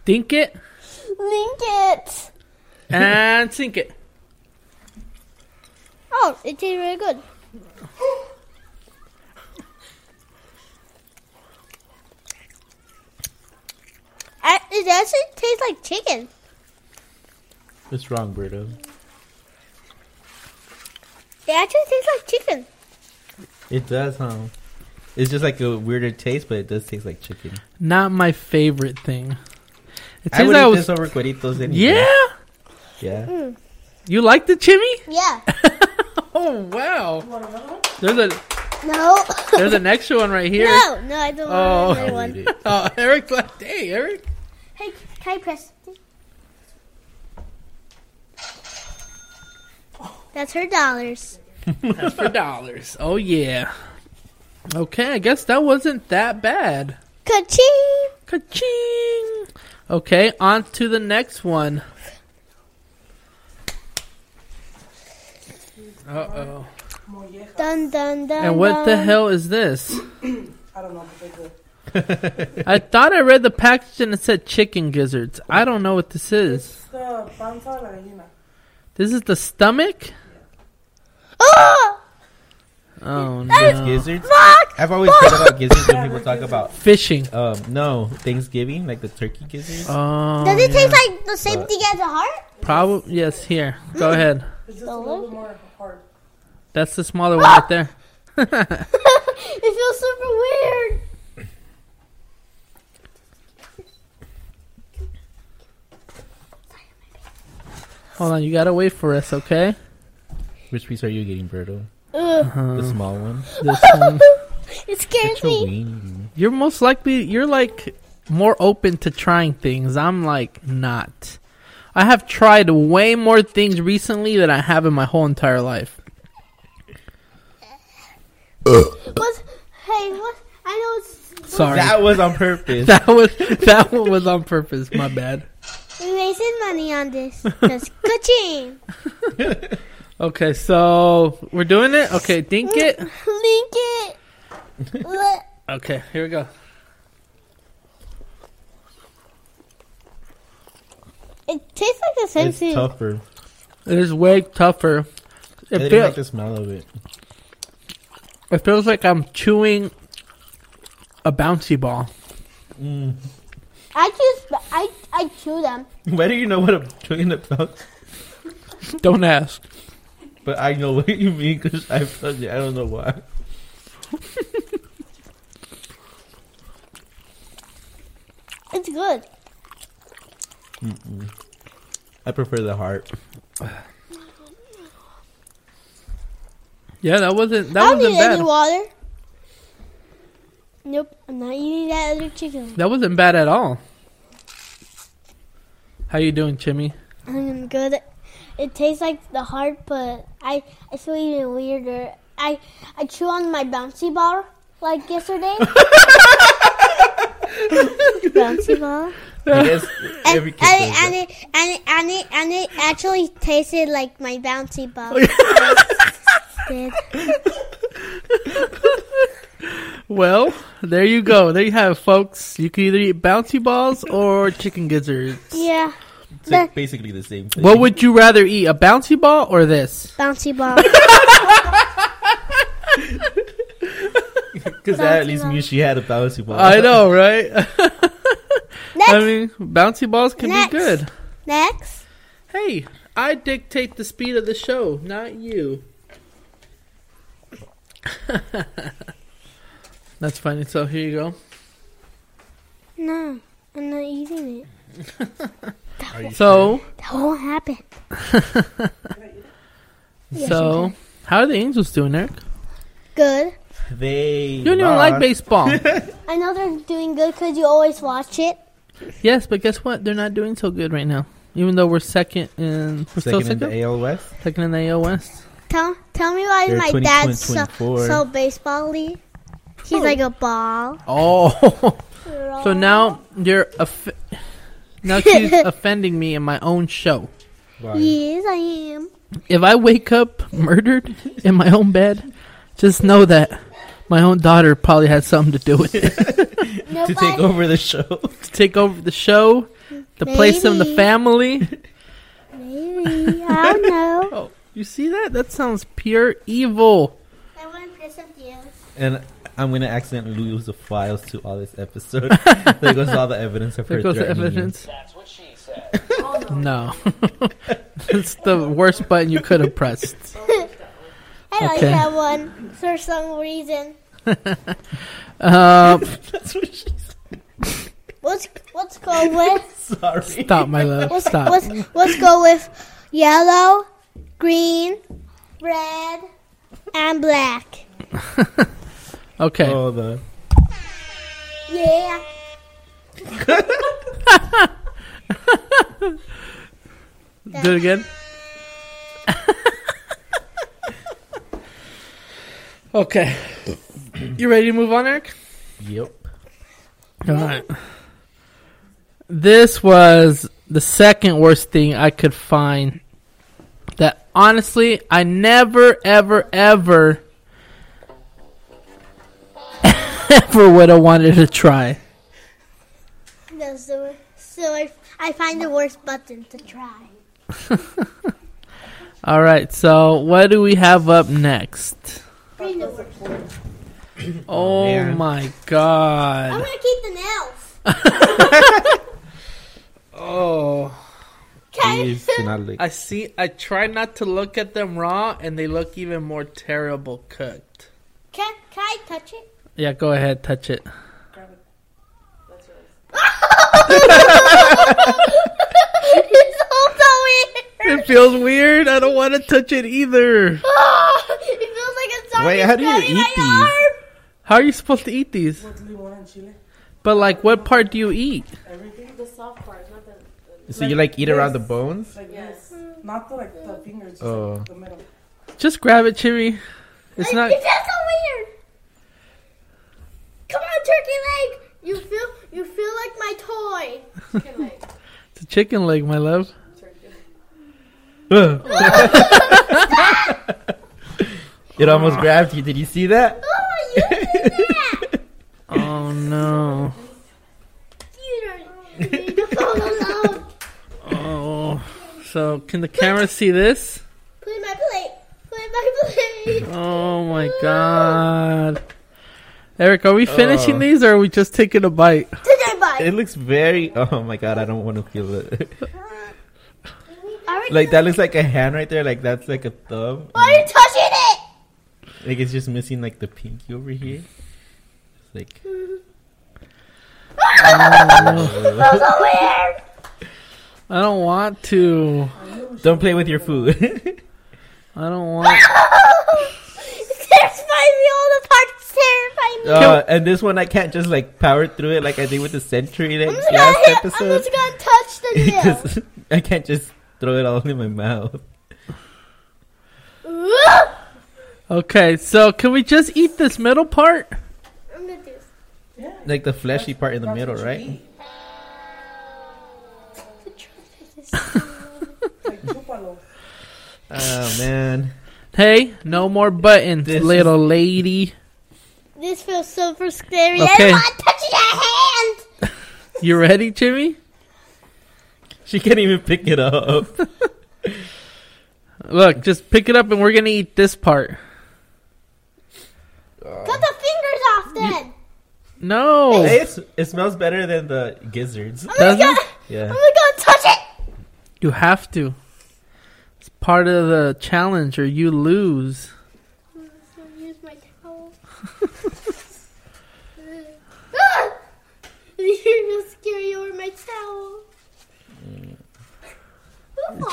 A: Dink it
B: Link it.
A: and sink it.
B: Oh, it tastes really good. I, it actually tastes like chicken.
C: What's wrong, Berto?
B: It actually tastes like chicken.
C: It does, huh? It's just like a weirder taste, but it does taste like chicken.
A: Not my favorite thing. It
C: I
A: seems
C: would
A: I
C: eat
A: was.
C: this over cueritos anyway.
A: yeah.
C: Yeah.
A: You like the <laughs> chimney?
B: Yeah.
A: oh wow.
D: You want another one?
A: There's a
B: No. <laughs>
A: there's an extra one right here.
B: No, no, I don't
A: Oh.
B: want
C: I'll
B: another
C: eat
B: one.
C: it.
A: <laughs> Oh, Eric's like, hey, Eric.
B: Hey, can I press? That's her dollars.
A: That's for dollars. Oh yeah. Okay, I guess that wasn't that bad.
B: Ka-ching!
A: Ka-ching. Okay, on to the next one. Uh oh.
D: Molleja.
B: Dun dun dun.
A: And what the
B: dun.
A: hell is this?
D: I don't know, but they're good.
C: <laughs>
A: I thought I read the package and it said chicken gizzards. I don't know what this is.
D: It's the panza de la gallina.
A: This is the stomach?
B: Oh,
A: Oh no.
C: Gizzards?
B: fuck!
C: I've always heard about gizzards when people talk about
A: Fishing.
C: um no Thanksgiving, like the turkey gizzards.
A: Oh.
B: Does it
A: yeah.
B: taste like the same thing as a heart?
A: Probably yes. Here, go ahead.
D: It's just a little bit more hard.
A: That's the smaller one right there. <laughs>
B: <laughs> it feels super weird.
A: Hold on, you gotta wait for us, okay?
C: Which piece are you getting, Berto?
B: Ugh,
C: The small one.
A: This one.
B: <laughs> it scares
C: It's a
B: me.
C: wing.
A: You're most likely you're like more open to trying things. I'm like not. I have tried way more things recently than I have in my whole entire life.
B: What? Hey, what? I know it's.
A: Sorry.
C: That was on
A: <laughs>
C: purpose. <laughs>
A: That was that one was on purpose. My bad.
B: We wasted money on this. Just ka-ching!
A: Okay, so we're doing it. Okay, dink it.
B: Link it. Look.
A: Okay, here we go.
B: It tastes like the same
C: it's
B: thing.
C: tougher.
A: It is way tougher.
C: I
A: It,
C: didn't like
A: feels
C: the smell of it. <laughs>
A: it feels like I'm chewing a bouncy ball. <laughs>
B: I choose. I I chew them.
C: Why do you know what I'm chewing about?
A: Don't ask.
C: But I know what you mean because I felt it. I don't know why.
B: It's good.
C: I prefer the <laughs> heart.
A: Yeah, that wasn't
B: I
A: that
B: don't
A: wasn't
B: need
A: bad.
B: any water. Nope, I'm not eating that other chicken.
A: That wasn't bad at all. How you doing, Jimmy?
B: I'm good. It tastes like the heart, but I I feel even weirder. I I chew on my bouncy ball like yesterday. bouncy ball.
C: I guess
B: And,
C: every kid
B: and, it,
C: does
B: and
C: that.
B: it and it and it and it actually tasted like my bouncy ball. Did.
A: Well, there you go. There you have it, folks. You can either eat bouncy balls or chicken gizzards.
B: Yeah,
C: It's like basically the same thing.
A: What would you rather eat, a bouncy ball or this?
B: bouncy ball.
C: Because that at
B: Bouncy
C: least
B: ball.
C: means she had a bouncy ball.
A: I know, right? <laughs>
B: Next,
A: I mean, bouncy balls can
B: Next.
A: be good.
B: Next.
A: Hey, I dictate the speed of the show, not you. <laughs> That's funny. So here you go.
B: No, I'm not eating it.
A: So,
B: That won't happen. Yes,
A: so, how are the Angels doing, Eric?
B: Good.
C: They
A: You don't even like
C: lost. <laughs>
A: baseball.
B: I know they're doing good because you always watch it.
A: yes, but guess what? They're not doing so good right now. Even though we're second in, we're still
C: Second in
A: second,
C: the AL West.
A: second in the AL West.
B: Tell tell me why
C: They're
B: my
C: 20,
B: dad's so,
C: 24.
B: so baseball-y. He's like a ball.
A: Oh, so now you're off- now she's offending me in my own show.
C: Wow.
B: Yes, I am.
A: If I wake up murdered in my own bed, just know that my own daughter probably had something to do with it. <laughs>
B: Nobody,
C: To take over the show.
A: to take over the show, the place in the
B: Maybe.
A: family.
B: Maybe I don't
A: <laughs>
B: know.
A: Oh, you see that? That sounds pure evil.
B: I want to piss with you.
C: and I'm gonna accidentally lose the files to all
A: <laughs>
C: this episode. there goes all the evidence of her
A: There goes the
C: threatening me.
A: evidence.
E: That's what she said.
A: <laughs> No, it's the worst button you could have pressed.
B: I like
A: Okay.
B: that one for some reason.
A: Uh,
C: That's what she said.
B: Let's let's go
A: <laughs>
B: with
C: <laughs> Sorry.
A: stop, my love.
B: let's,
A: Stop.
B: let's let's go with yellow, green, red, and black.
A: Okay.
C: Oh, the
B: Yeah.
A: Do it again. okay. You ready to move on, Eric?
C: yep.
A: All right. This was the second worst thing I could find. That honestly, I never, ever, ever, <laughs> ever would have wanted to try.
B: That's the wor- so I, I find the worst button to try.
A: All right, so what do we have up next?
B: Bring the worst.
A: Oh
C: man.
A: my god.
B: I'm gonna keep the nails.
A: <laughs> Oh,
B: Okay.
C: Please do not lick.
A: I see. I try not to look at them raw, and they look even more terrible cooked.
B: Can, can I touch it? <laughs>
A: Yeah, go ahead, touch it.
D: Grab it. That's yours.
B: it's all so weird.
A: It feels weird. I don't want to touch it either.
B: Oh, it feels like a zombie
C: Wait, how do you
B: grabbing
C: eat these?
B: my arm.
A: How are you supposed to eat these?
D: With limon and chile.
A: But like, what part do you eat?
D: Everything.
F: The soft part, not the.
C: so you like eat around the <laughs> bones?
D: Like
F: Yes.
D: this. Not the, like the fingers. Just
C: Oh.
D: like the middle.
A: Just grab it, Chiri. It's not.
B: It's just so weird. Come on, turkey leg. You feel you feel like my toy.
F: Chicken leg.
A: It's a chicken leg, my love.
F: Turkey.
C: Ugh. it almost grabbed you. Did you see that?
B: Oh, you did that.
C: <laughs>
A: Oh no.
B: You don't you need to fall alone.
A: Oh. So can the camera see this?
B: Put in my plate. Put in my plate.
A: Oh my god. Eric, are we finishing these or are we just taking a bite?
B: Today, bye.
C: It looks very. Oh my god! I don't want to feel it. <laughs>
B: Why are you-
C: like that looks like a hand right there. Like that's like a thumb.
B: Why are you touching it? <laughs>
C: Like it's just missing like the pinky over here. It's like
B: That's so weird.
A: I don't want to.
C: don't play with your food. <laughs>
A: I don't want.
B: terrifying me. All the parts terrifying me.
C: uh, and this one I can't just like power through it like I did with the century
B: I'm
C: like
B: just, gonna
C: last
B: hit, I'm
C: <laughs> episode.
B: just gonna touch the
C: It
B: nail.
C: just- I can't just throw it all in my mouth.
B: Ugh.
A: Okay, so can we just eat this middle part?
B: I'm gonna do this.
D: Yeah.
C: Like the fleshy part in the
D: That's
C: middle,
D: what you
C: right?
D: eat.
B: The truth is this.
D: <laughs> Like chúpalo.
C: Oh man.
A: Hey, no more buttons,
C: This
A: little lady.
B: This feels super scary. I
A: Okay.
B: don't want to touch your hand.
A: You ready, Jimmy?
C: She can't even pick it up.
A: Look, just pick it up and we're gonna eat this part.
B: Cut the fingers off then.
A: No,
C: Hey, it's, it smells better than the gizzards.
A: doesn't.
B: I'm
C: Yeah.
B: gonna go touch it.
A: You have to. It's part of the challenge, or you lose.
B: I'm just gonna use my
C: <laughs>
B: towel. Ah! <laughs> You're just scary over my towel.
A: Did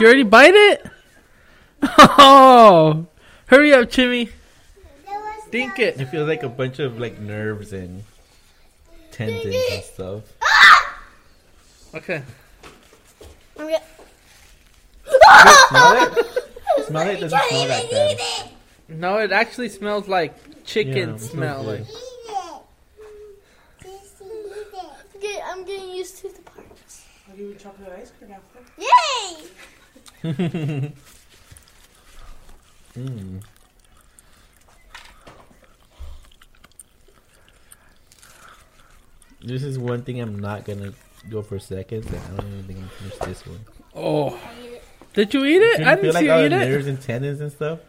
A: you already bite it? <laughs> Oh! Hurry up, Jimmy.
B: That was
A: Dink it.
C: It feels like a bunch of like nerves and tendons and stuff.
A: Okay.
B: I'm gonna- <laughs>
C: Smell it? Smell it? It doesn't smell that bad.
A: No, it actually smells like chicken
C: Yeah, it
A: smell. Like,
C: smells good.
B: Okay, I'm getting used to the parts.
D: I'll give you chocolate ice cream after.
B: Yay!
C: Mm. This is one thing I'm not gonna go for seconds, and I don't even think I'm gonna finish
A: <laughs>
C: this one.
A: oh. Did you eat it? I
C: feel
A: didn't
C: like
A: see
C: all
A: you
C: the
A: eat it.
C: nerves and tendons and stuff.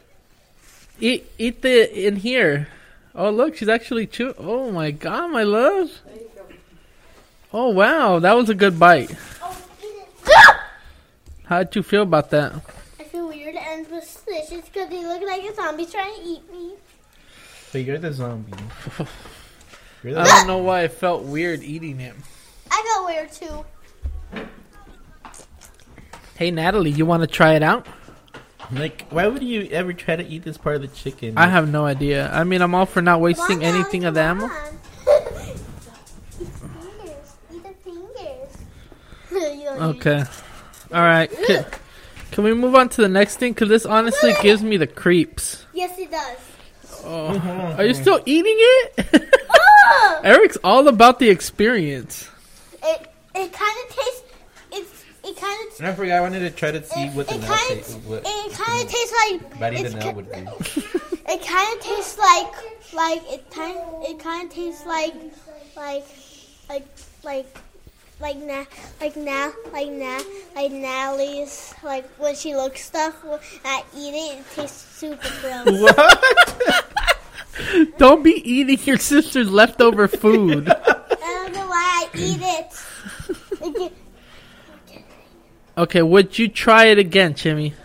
A: Eat, eat the in here. Oh look, she's actually chewing. Oh my god, my love. Oh wow, that was a good bite.
B: Ah!
A: How'd you feel about that?
B: I feel weird and suspicious because they look like a zombie trying to eat me.
C: But you're
A: <laughs>
C: the zombie. You're the
A: I don't know why I felt weird eating it.
B: I got weird too.
A: Hey Natalie, you want to try it out?
C: like, why would you ever try to eat this part of the chicken?
A: I have no idea. I mean, I'm all for not
B: Come on,
A: wasting
B: Alex,
A: anything of the
B: come
A: ammo.
B: on. Eat fingers. Eat the fingers. You don't use-
A: Okay. All right. Can, can we move on to the next thing? Cause this honestly gives me the creeps.
B: <laughs> Yes, it does.
A: Oh. Are you still eating it? <laughs>
C: Ah!
B: Oh!
A: Eric's all about the experience.
B: It it kind of tastes. It's it kind of.
C: And I forgot. I wanted to try to see
B: It,
C: what the
B: it
C: nail
B: kind
C: taste.
B: of
C: What
B: it kind of tastes like
C: biting the
B: it's
C: nail
B: ki-
C: would be.
B: It kind of tastes like like it kind it kind of tastes like like like like like na like na like na like Natalie's like when she looks stuff when I eat it it tastes super gross.
A: Don't be eating your sister's leftover food.
B: I don't know why I eat it. Like, it-
A: okay, would you try it again, Jimmy?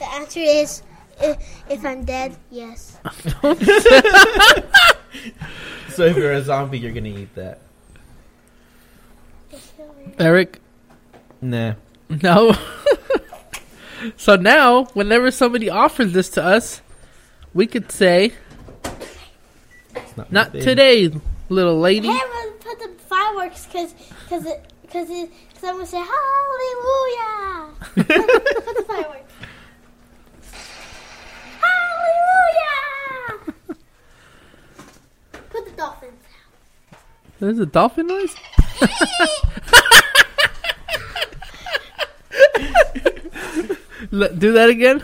B: the answer is if, if I'm dead, yes.
C: <laughs> So if you're a zombie, you're gonna eat that.
A: Eric,
C: Nah.
A: no. <laughs> so now, whenever somebody offers this to us, we could say,
C: It's not my
A: "Not
C: thing.
A: today, little lady."
B: <laughs> Hey, I'm gonna put the fireworks because because it because it because I'm gonna say hallelujah. put, the fireworks. Hallelujah. put the dolphins.
A: There's a dolphin noise. L- Do that again.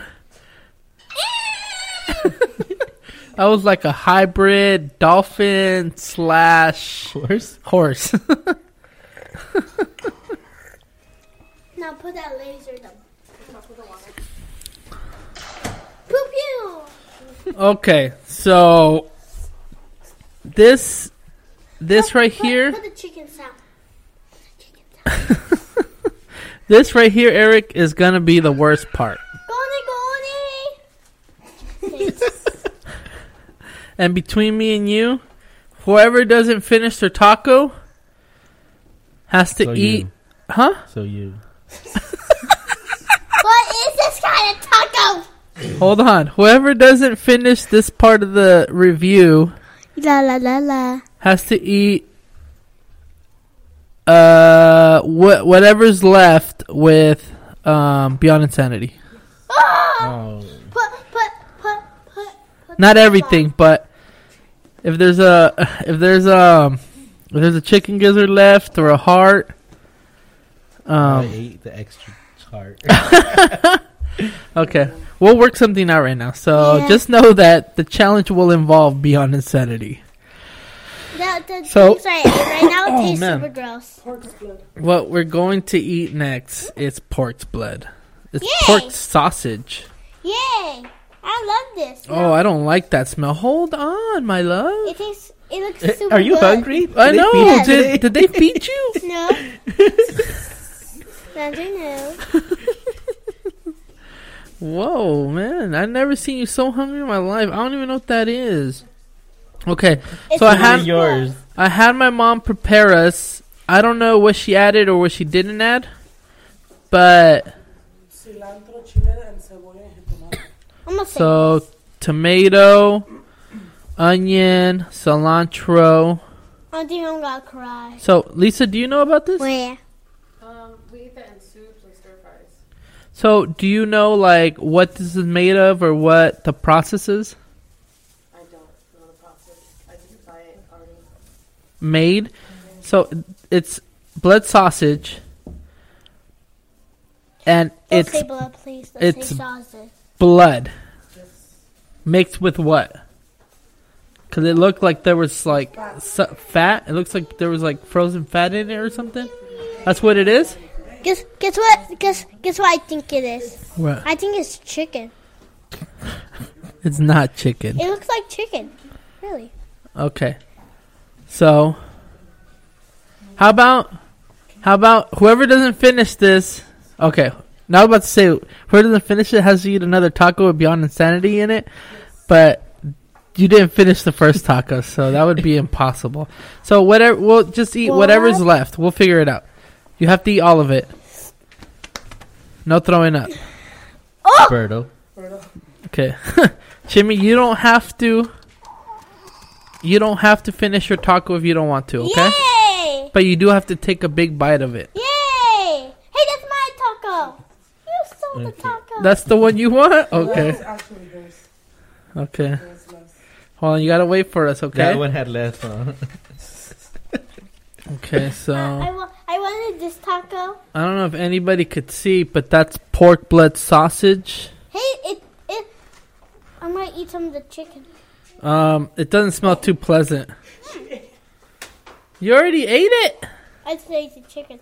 A: <laughs> I was like a hybrid dolphin slash
C: Horse?
A: horse. <laughs>
B: Now put that laser down. Poop you.
A: okay, so this this right here,
B: Put the chicken sound. Chicken sound.
A: this right here, Eric is gonna be the worst part.
B: Goni goni.
A: And between me and you, whoever doesn't finish their taco has to
C: So
A: eat.
C: you.
A: Huh?
C: So you.
B: what is this kind of taco?
A: Hold on. Whoever doesn't finish this part of the review
B: La la la la.
A: has to eat uh wh- whatever's left with um Beyond Insanity.
C: Oh.
B: Ah! Put, put, put, put, put
A: Not
B: the
A: everything, but if there's a <sighs> if there's um if there's a chicken gizzard left or a heart
C: I
A: um
C: ate the extra chart.
A: okay. We'll work something out right now. So
B: Yeah.
A: just know that the challenge will involve Beyond Insanity.
B: box. The, the
A: So-
B: things I ate right now
A: <coughs> Oh,
B: taste
A: man.
B: super gross.
D: Pork's blood.
A: What we're going to eat next is pork's blood. It's
B: Yay!
A: pork sausage.
B: Yay! I love this.
A: Oh, I don't like that smell. Hold on, my love.
B: it tastes. It
A: Eh,
B: looks super.
C: <laughs> Are you
B: good.
C: hungry?
A: I know.
B: <laughs> feed you
A: <laughs> Did, did they feed you?
B: No. Nothing new.
A: Whoa, man! I've never seen you so hungry in my life. I don't even know what that is. Okay, so I
C: What are
A: had
C: <laughs> yours.
A: I had my mom prepare us. I don't know what she added or what she didn't add, but
D: Cilantro, chile, and cebolla and jitomate.
B: I'm gonna say
A: so tomato, onion, cilantro.
B: I think I'm gonna cry.
A: So Lisa, do you know about this?
B: Where?
F: Um, we eat that in soups and stir fries.
A: So do you know like what this is made of or what the process is
F: I don't know the process. I just buy it already.
A: made? So it's blood sausage, and
B: Don't
A: it's
B: say blood, please. Don't
A: it's-
B: say sausage.
A: blood mixed with what? Because it looked like there was like su- fat. It looks like there was like frozen fat in it or something. That's what it is.
B: Guess guess what? Guess guess what I think it is.
A: What?
B: I think it's chicken.
A: It's not chicken.
B: It looks like chicken. Really?
A: Okay. So, how about how about whoever doesn't finish this? Okay. Now I'm about to say whoever doesn't finish it has to eat another taco with Beyond Insanity in it, but you didn't finish the first taco, so that would be impossible. So whatever, we'll just eat whatever's
B: What?
A: left. We'll figure it out. You have to eat all of it. No throwing up.
B: Oh,
C: Birdo.
A: Okay. <laughs> Jimmy, you don't have to. You don't have to finish your taco if you don't want to, okay?
B: Yay!
A: But you do have to take a big bite of it.
B: Yay! Hey, that's my taco. You stole the
C: Okay.
B: taco.
A: That's the one you want?
D: Less,
A: Okay.
D: actually, there's,
A: Okay.
D: there's less.
A: Hold on, you gotta wait for us, okay?
C: That one had less. Huh? <laughs>
A: Okay, so.
B: I, I, wa- I wanted this taco.
A: I don't know if anybody could see, but that's pork blood sausage.
B: Hey, it it. I'm gonna eat some of the chicken.
A: Um, it doesn't smell too pleasant. You already ate it?
B: I just ate the chicken.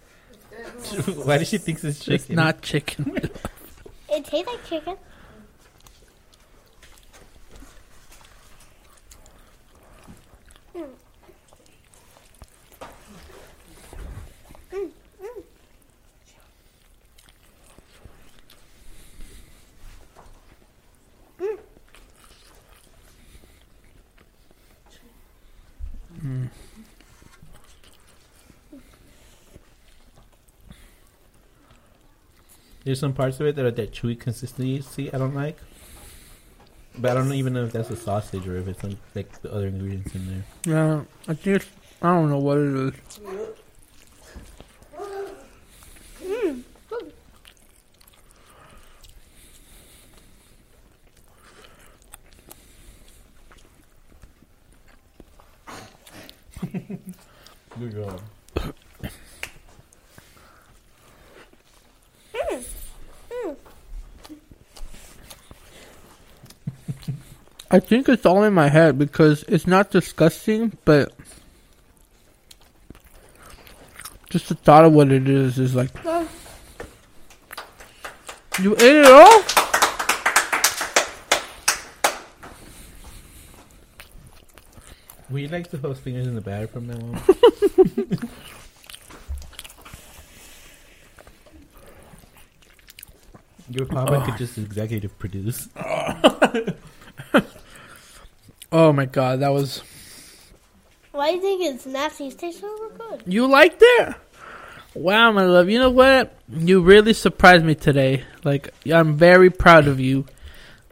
C: Why does she think it's chicken?
A: It's not chicken. <laughs>
B: It tastes like chicken.
C: There's some parts of it that are that chewy consistency I don't like. But I don't even know if that's a sausage or if it's some- like the other ingredients in there.
A: Yeah, Uh, I think it's, I don't know what it is.
C: Good job.
A: I think it's all in my head because it's not disgusting, but just the thought of what it is is like. You ate it all?
C: Would you like to host fingers in the bag from now <laughs> on? Your papa could just executive produce.
A: Oh my god, that was.
B: Why do you think it's nasty? It tastes so good.
A: You liked it? Wow, my love. You know what? You really surprised me today. Like, I'm very proud of you.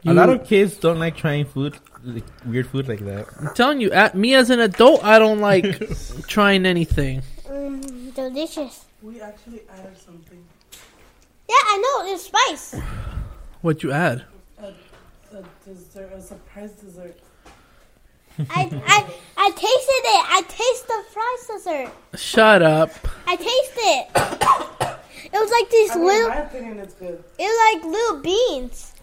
C: A lot
A: You-
C: of kids don't like trying food, like, weird food like that.
A: I'm telling you, at, me as an adult, I don't like
C: <laughs>
A: trying anything.
B: Mm, delicious.
D: We actually added something.
B: Yeah, I know. It's spice. <laughs>
A: What you add?
D: A dessert, a surprise dessert.
B: I, I, I tasted it. I taste the fries dessert.
A: Shut up.
B: I taste it. <coughs> It was like these
D: I mean, in
B: little,
D: my opinion, it's good.
B: it was like little beans,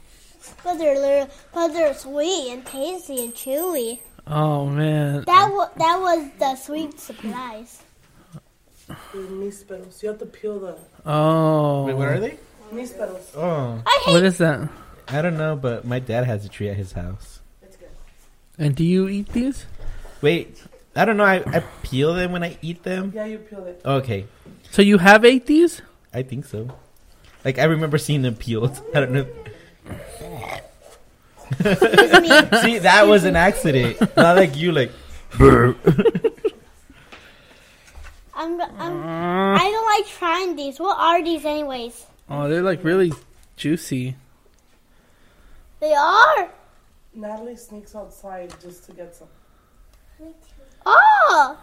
B: but they're little, but they're sweet and tasty and chewy.
A: Oh man.
B: That was that was the sweet surprise.
D: It's nísperos. You have to peel the
A: Oh.
C: they?
D: nísperos.
C: Oh,
B: I hate
A: What is that?
C: I don't know, but my dad has a tree at his house.
F: It's good.
A: And do you eat these?
C: Wait, I don't know. I, I peel them when I eat them.
D: Yeah, you peel it.
C: Okay,
A: So you have ate these?
C: I think so. Like I remember seeing them peeled. <laughs> I don't know.
B: Excuse me.
C: See, that was an accident. Not like you, like. <laughs> "Brr."
B: I'm, go- I'm, I don't like trying these. What are these, anyways?
A: Oh, they're like really juicy.
B: They are.
D: Natalie sneaks outside just to get some.
B: Oh,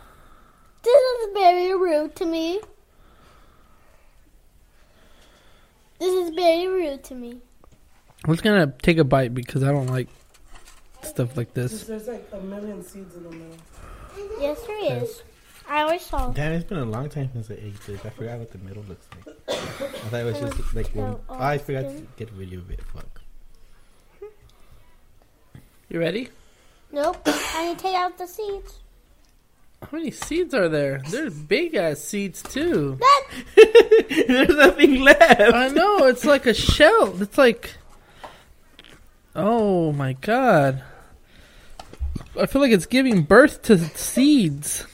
B: this is very rude to me. This is very rude to me.
A: I'm just gonna take a bite because I don't like stuff like this.
D: Just- There's like a million seeds in the middle.
B: Yes, there is. I always saw.
C: Damn, it's been a long time since I ate this. I forgot what the middle looks like. I thought it was just like one.
B: So
C: Oh, I forgot to
B: often.
C: get rid of it. Fuck.
A: You ready?
B: Nope. I need to take out the seeds.
A: How many seeds are there? There's big ass seeds too.
B: That
A: <laughs>
C: There's nothing left.
A: I know, it's like a shell. It's like. Oh my god. I feel like it's giving birth to seeds.
B: <gasps>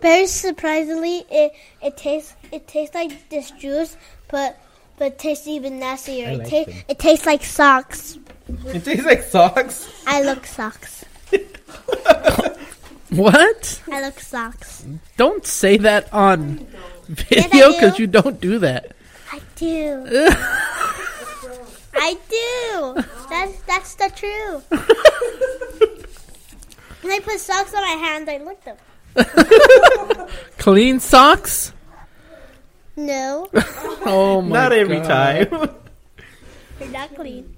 B: very surprisingly, it it tastes it tastes like this juice, but but it tastes even nastier.
C: I
B: It
C: like
B: tastes
C: them.
B: it tastes like socks.
C: It tastes like socks.
B: I look socks.
A: What?
B: I look socks.
A: Don't say that on
B: I
A: video because
B: do.
A: you don't do that.
B: I
A: <laughs>
B: do. I do. That's that's the
A: <laughs>
B: truth. when I put socks on my hands, I lick them.
A: Clean socks?
B: No,
A: Oh my
C: Not every
A: God.
C: time.
B: they're not clean.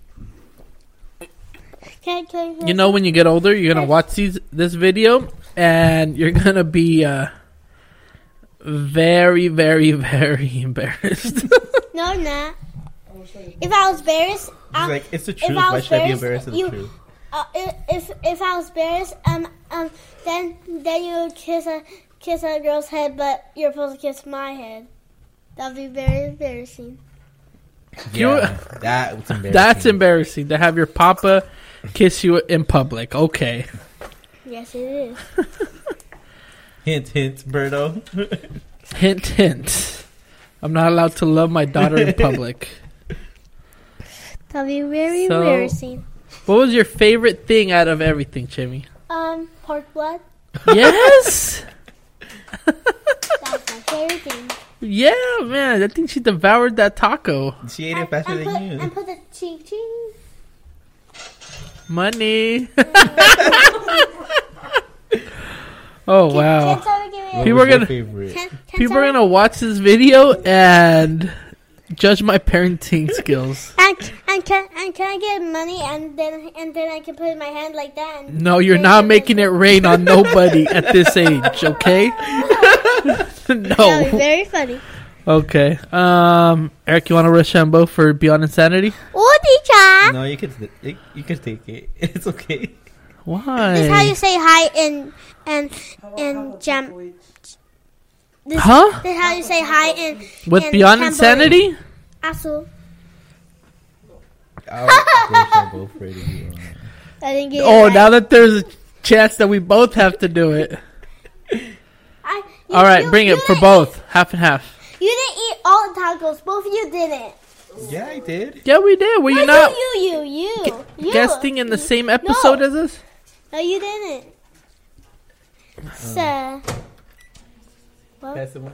B: Can I, can I,
A: You know, when you get older, you're gonna watch these this video, and you're gonna be uh, very, very, very <laughs> embarrassed.
B: No, I'm not. If I was embarrassed,
C: He's
A: <laughs>
B: I,
C: like, it's the
B: Um, I
C: truth. Why
B: was
C: should I be
B: first,
C: embarrassed of the
B: you-
C: truth?
B: uh, if if- if I was embarrassed, um um, then then you would kiss a kiss a girl's head, but you're supposed to kiss my head. That'd be very embarrassing.
A: <laughs> You-
C: Yeah, that was embarrassing.
A: That's embarrassing to have your papa kiss you in public. Okay,
B: Yes, it is.
C: hint, hint, Berto. <laughs>
A: hint, hint. I'm not allowed to love my daughter in public.
B: That'd be very
A: So-
B: embarrassing.
A: What was your favorite thing out of everything, Jimmy?
B: Um, pork blood.
A: Yes.
B: That's my favorite thing.
A: Yeah, man. I think she devoured that taco.
C: she ate it faster
B: and, put,
C: than
B: and
C: you.
B: put the ching ching.
A: Money. <laughs> oh wow.
B: Can someone give me?
C: What
A: People
C: was
A: are
C: your
A: gonna-
B: A,
C: favorite?
B: can, can
A: People are
B: someone-
A: gonna watch this video and judge my parenting skills.
B: And, and can and can I get money and then and then I can put it in my hand like that? And
A: No, you're not making it rain on nobody at this age, okay?
B: That'd be
A: no.
B: very funny.
A: Okay. Um, Eric, you want to rush Shambo for Beyond Insanity?
B: Oh, teacher.
C: No, you could you could take it. <laughs>
B: <laughs>
C: It's okay.
B: This is how
A: Why?
B: you say hi in and and
D: Wait,
B: jam. This,
A: Huh?
B: This is how you say hi in
A: With
B: in
A: Beyond
B: Cambodia.
A: Insanity?
B: Asu.
C: I'll go for it if you want.
B: I didn't get it
A: Oh,
B: right.
A: now that there's a chance that we both have to do it.
B: I, you-
A: All right,
B: you-
A: bring
B: you
A: it for
B: didn't-
A: both. Half and half.
B: You didn't eat all the tacos. Both of you didn't.
C: Yeah, I did.
A: Yeah, we did. Were you
B: Why
A: not
B: You, you, you, you.
A: guesting in the same episode as us?
B: No, you didn't. So,
C: That's the one.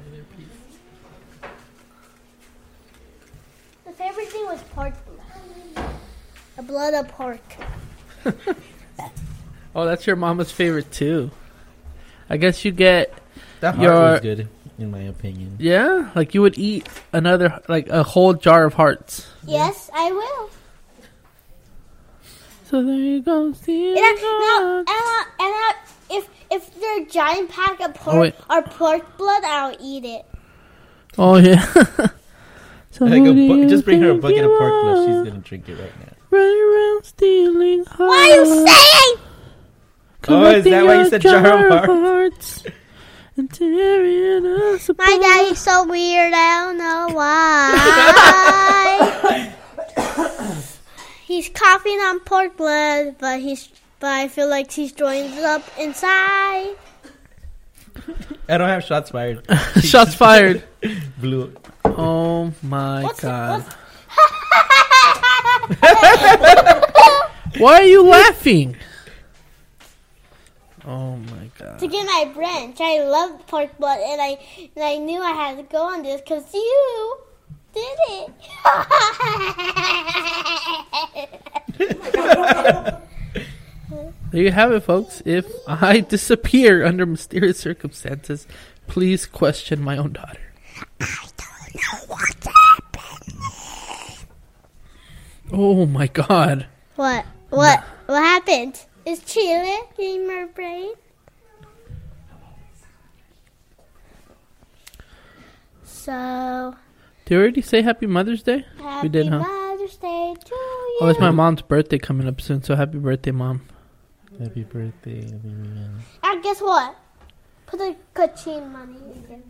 B: the favorite thing was pork blood. The blood of pork.
A: Oh, that's your mama's favorite too. I guess you get
C: That heart
A: Your-
C: was good, in my opinion.
A: yeah, like you would eat another like a whole jar of hearts.
B: Yes, I will.
A: So there you go, see
B: And
A: you
B: I,
A: go.
B: no, and I, and I, if if they're a giant pack of
A: Oh,
B: pork
A: wait.
B: or pork blood, I'll eat it.
A: Oh yeah. <laughs> so
C: Like
A: who do
C: a bu-
A: you
C: just bring her a
A: think
C: bucket of
A: you
C: pork
A: are?
C: floss. She's gonna drink it right now.
A: Run around stealing hearts.
B: What are you saying?
C: Oh, is
A: collecting
C: that why you
A: your
C: said jar of hearts?
A: hearts? <laughs> I'm tearing us apart.
B: My daddy's so weird, I don't know why. he's coughing on pork blood, but he's but I feel like he's joined up inside.
C: I don't have shots fired.
A: <laughs>
C: <laughs>
A: Shots fired.
C: Blue.
A: Oh my god.
B: <laughs>
A: Why are you laughing? Oh my
B: to
A: god.
B: get my branch. I love pork butt, and I and I knew I had to go on this because you did it. <laughs>
A: There you have it, folks. If I <laughs> disappear under mysterious circumstances, please question my own daughter. I don't know what's happening. Oh my god.
B: what? What? What happened? Is Chile in my brain? So
A: Did you already say Happy Mother's Day?
B: happy
A: did, huh?
B: Mother's Day to you.
A: Oh, it's my mom's birthday coming up soon, so happy birthday, mom.
C: Happy birthday. happy birthday.
B: And guess what? Put the kachin money in here.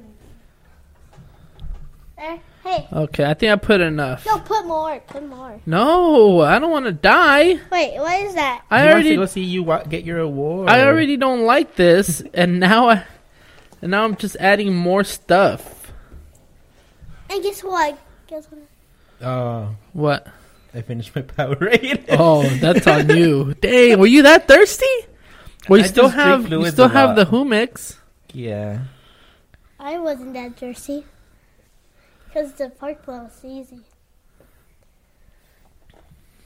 B: There. Hey,
A: Okay, I think I put enough.
B: no, put more. Put more.
A: No, I don't want to die.
B: Wait, what is that?
A: I
C: he wants to
A: already,
C: go see you wa- get your award.
A: I already don't like this, and now I, and now I'm just adding more stuff.
B: And guess what? Guess what?
C: Oh,
A: What?
C: I finished my <laughs> Powerade.
A: Oh,
C: <laughs>
A: that's on you. Dang, were you that thirsty? Well, you
C: I
A: still
C: just drink
A: have you
C: fluids
A: still
C: a
A: have the
C: lot.
A: Humix.
C: Yeah.
B: I wasn't that thirsty. Because the pork bowl was easy.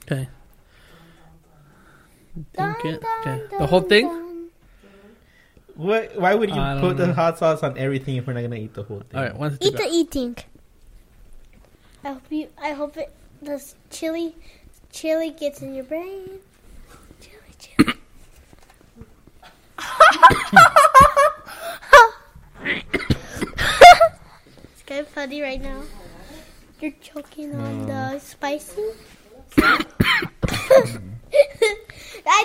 A: Okay.
B: Dun,
A: Okay,
B: dun,
A: okay. The
B: dun,
A: whole thing?
B: dun.
C: What? Why would you
A: I don't
C: put the
A: know.
C: hot sauce on everything if we're not gonna eat the whole thing?
A: All right, one, two,
B: Eat
A: go.
B: the eating. I hope you. I hope it. The chili, chili gets in your brain. Chili, chili. it's kind of funny right now. You're choking on the spicy. <coughs> I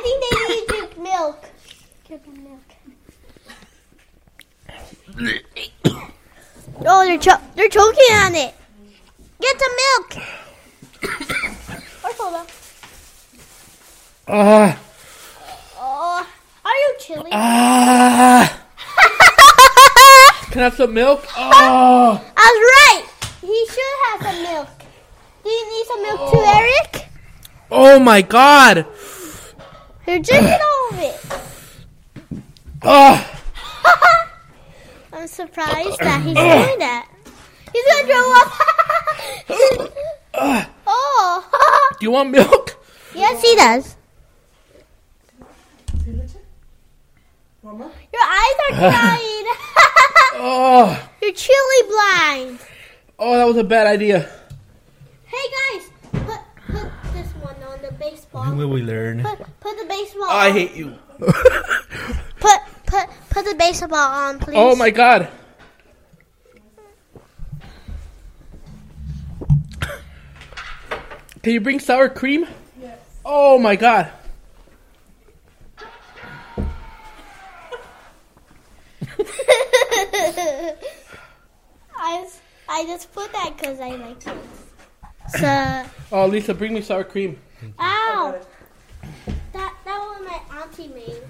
B: think they need to drink milk. Give them milk. Oh, they're cho- they're choking on it. Get the milk. or soda.
A: Ah,
B: Oh, are you chilly? <laughs>
A: ah. Can I have some milk? Oh.
B: I was right. He should have some milk. Do you need some milk too, Eric?
A: Oh my god!
B: You're drinking all of it.
A: Oh,
B: <laughs> I'm surprised that he's doing that. He's gonna throw up. <laughs> oh,
A: Ah.
B: <laughs>
A: do you want milk?
B: yes, he does.
D: ¿Sí, leche? ¿Mamá?
B: Your eyes <laughs> are crying.
A: Oh,
B: You're chili blind.
A: oh, that was a bad idea.
B: Hey guys, put put this one on the
C: When
B: baseball.
C: will we learn?
B: Put put the baseball.
A: I
B: on.
A: hate <laughs> you.
B: Put put put the baseball on, please.
A: oh my god. Can you bring sour cream? Yes. Oh my god.
B: <laughs> I s- I just put that because I like it. So
A: Oh, Lisa, bring me sour cream.
B: ow, that that one my auntie made.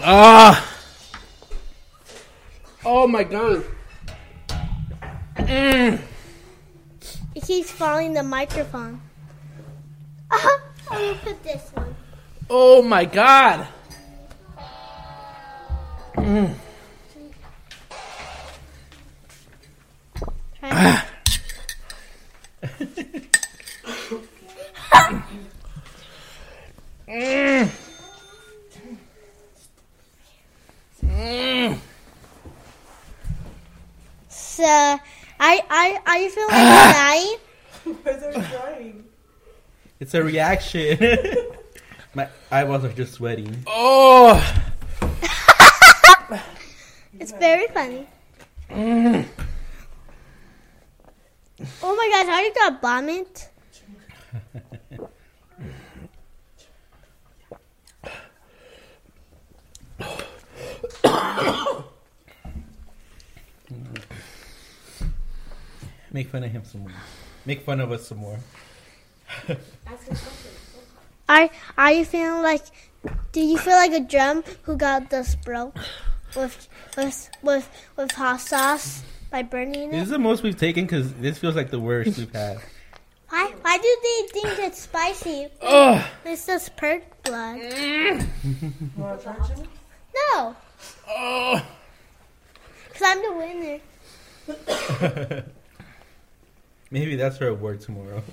A: Ah. Oh my god. Mm.
B: It keeps falling the microphone. <laughs> I'm gonna put this one.
A: Oh my god.
B: Try it. So I I I feel like dying.
D: <laughs> Why are you crying?
C: It's a reaction. <laughs> my eyeballs are just sweating.
A: Oh.
B: It's very funny. oh my gosh, I already got vomit.
C: Make fun of him some more. Make fun of us some more.
F: Ask him something.
B: Are Are you feeling like? Do you feel like a drum who got this bro with with with with hot sauce by burning
C: This is
B: it?
C: the most we've taken because this feels like the worst we've had.
B: Why Why do they think it's spicy?
C: Ugh.
A: Oh.
B: It's just pert blood.
D: You want to try, Jimmy?
B: No.
A: Oh.
B: Cause I'm the winner.
C: Maybe that's her award tomorrow. <gasps>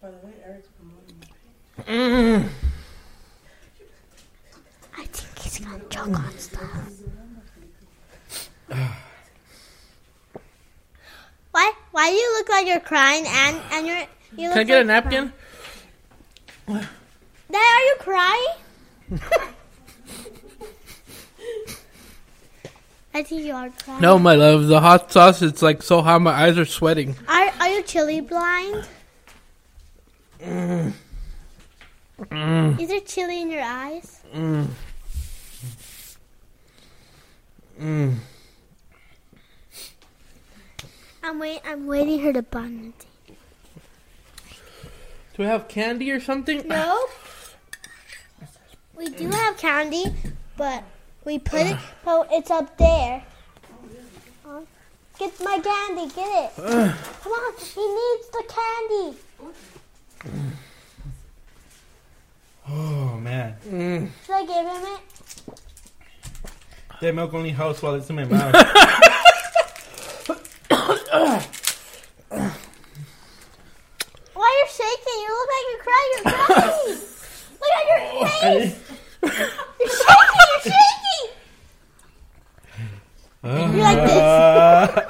D: By the way, Eric's promoting me.
A: Mm.
B: I think he's gonna choke on stuff. <sighs> Why? Why do you look like you're crying and and you're you look
A: Can I get a
B: like you're
A: napkin?
B: crying. Dad, are you crying? I think you are crying.
A: No, my love. The hot sauce. It's like so hot. My eyes are sweating.
B: Are Are you chili blind? Is there chili in your eyes? I'm wait. I'm waiting her to bun it.
A: Do we have candy or something?
B: No. We do have candy, but we put it. Oh, it's up there. Oh, Get my candy. Get it. Come on. He needs the candy.
C: Oh man,
B: Should I give him it?
C: that milk only helps while it's in
B: <laughs>
C: my mouth.
B: Why you're shaking? You look like you're crying. You're crying. look at your face. <laughs> You're shaking. You're shaking. You like this?
C: Uh,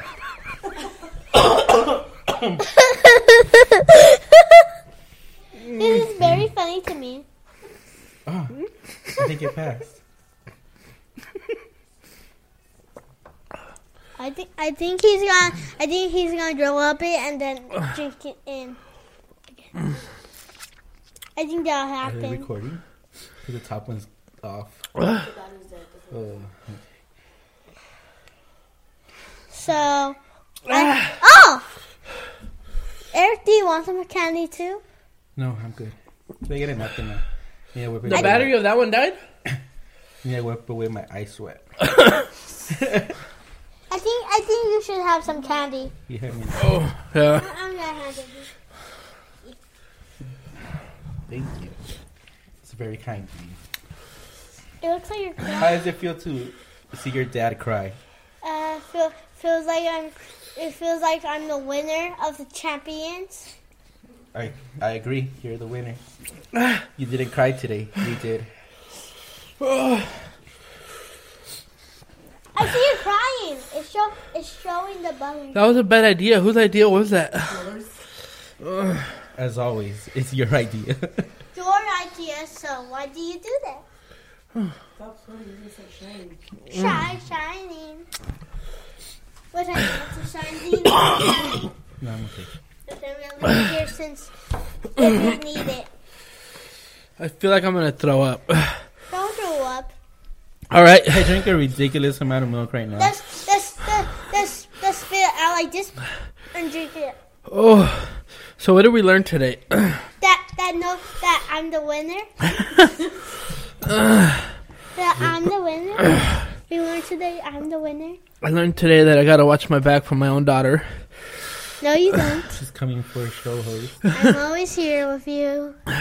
B: This is very funny to me.
C: <laughs> I think it passed.
B: I think I think he's gonna I think he's gonna grow up it and then drink it in. I think that'll
C: Are they
B: happen.
C: recording? 'Cause The top one's off. Oh.
B: So, I, oh, Eric, do you want some candy too?
C: No, I'm good. They get a napkin now. Yeah, whip it
A: The
C: away.
A: battery of that one died.
C: Yeah, wipe away my eye sweat.
B: I think I think you should have some candy.
C: You heard me.
A: Oh, yeah.
B: I- I'm gonna have it.
C: Thank you. It's very kind of you.
B: It looks like you're
C: How
B: crying.
C: does it feel to see your dad cry?
B: Uh, feel, feels like I'm. It feels like I'm the winner of the champions.
C: I I agree. You're the winner. You didn't cry today. You did.
B: I see you crying. It's show. It's showing the button.
A: That was a bad idea. Whose idea was that? <sighs>
C: As always, it's your idea. <laughs>
B: Your idea. So why do you do that?
D: Stop sweating. You're going to start shining.
B: Shy, shining. What I want to shine <coughs> these.
C: no, I'm okay.
B: They're really here since they need it.
A: I feel like I'm gonna throw up. <sighs>
B: Don't throw up.
A: All right. <sighs>
C: I drink a ridiculous amount of milk right now.
B: Let's let's let's let's, let's spit it out like this and drink it.
A: Oh, so what did we learn today? <clears throat>
B: That that no that I'm the winner. that I'm the winner. We learned today I'm the winner.
A: I learned today that I gotta watch my back for my own daughter.
B: No, you don't.
C: She's coming for a show host.
B: I'm always here with you, and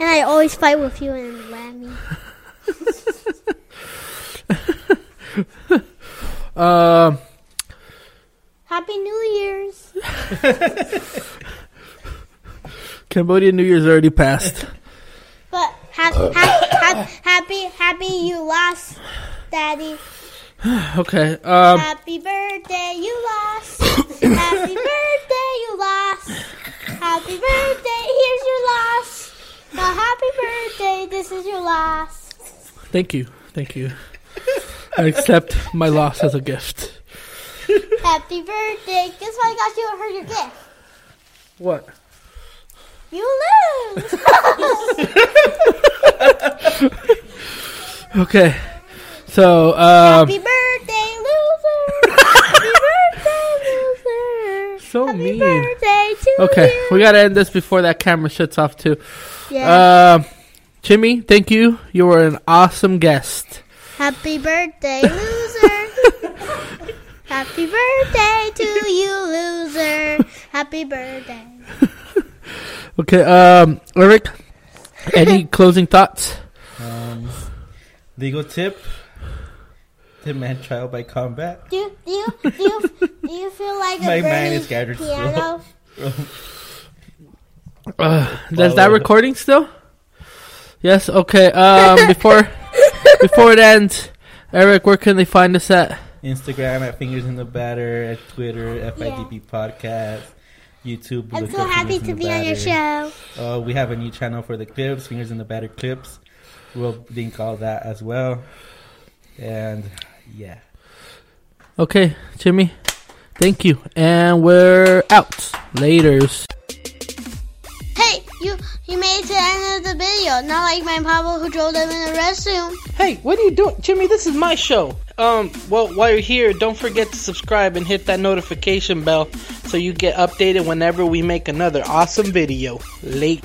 B: I always fight with you and Lammy.
A: Um,
B: Happy New Year's.
A: Cambodia New Year's already passed. <laughs>
B: But ha- ha- ha- happy, happy you lost, Daddy.
A: Okay. Um,
B: Happy birthday, you lost. happy birthday, you lost. Happy birthday, here's your loss. Now, happy birthday, this is your loss.
A: thank you, thank you. I accept my loss as a gift.
B: Happy birthday. Guess what I got you her your gift?
A: What?
B: You lose.
A: Okay. So, um, um,
B: happy birthday, Lou.
A: so
B: Happy
A: mean.
B: birthday to
A: Okay,
B: you.
A: we gotta end this before that camera shuts off too.
B: Yeah.
A: Uh, Jimmy, thank you. You were an awesome guest.
B: Happy
C: <laughs>
B: birthday, loser. Happy birthday to you, loser. Happy birthday.
A: Okay, um, <laughs> Eric, any closing thoughts?
C: Um, legal tip: demand trial by combat.
B: Do you, do you, do you, do you feel like
C: My
B: a
C: mind
B: burning
C: is scattered still. <laughs>
B: piano?
A: Uh, does that
C: Follow.
A: recording still? Yes. Okay. <laughs> Um, before before it ends, Eric, where can they find us at?
C: Instagram at fingers in the batter, at Twitter FIDB podcast, YouTube.
B: I'm
C: look
B: so
C: up
B: happy
C: Fingers in
B: to
C: the
B: be on your
C: Batter.
B: show.
C: Uh, we have a new channel for the clips, Fingers in the Batter clips. We'll link all that as well. And yeah.
A: Okay, Jimmy. Thank you, and we're out. Later's.
B: Hey, you you made it to the end of the video. Not like my papa who drove them in the restroom.
A: Hey, what are you doing, Jimmy? This is my show. Um, well, while you're here, don't forget to subscribe and hit that notification bell so you get updated whenever we make another awesome video. Late.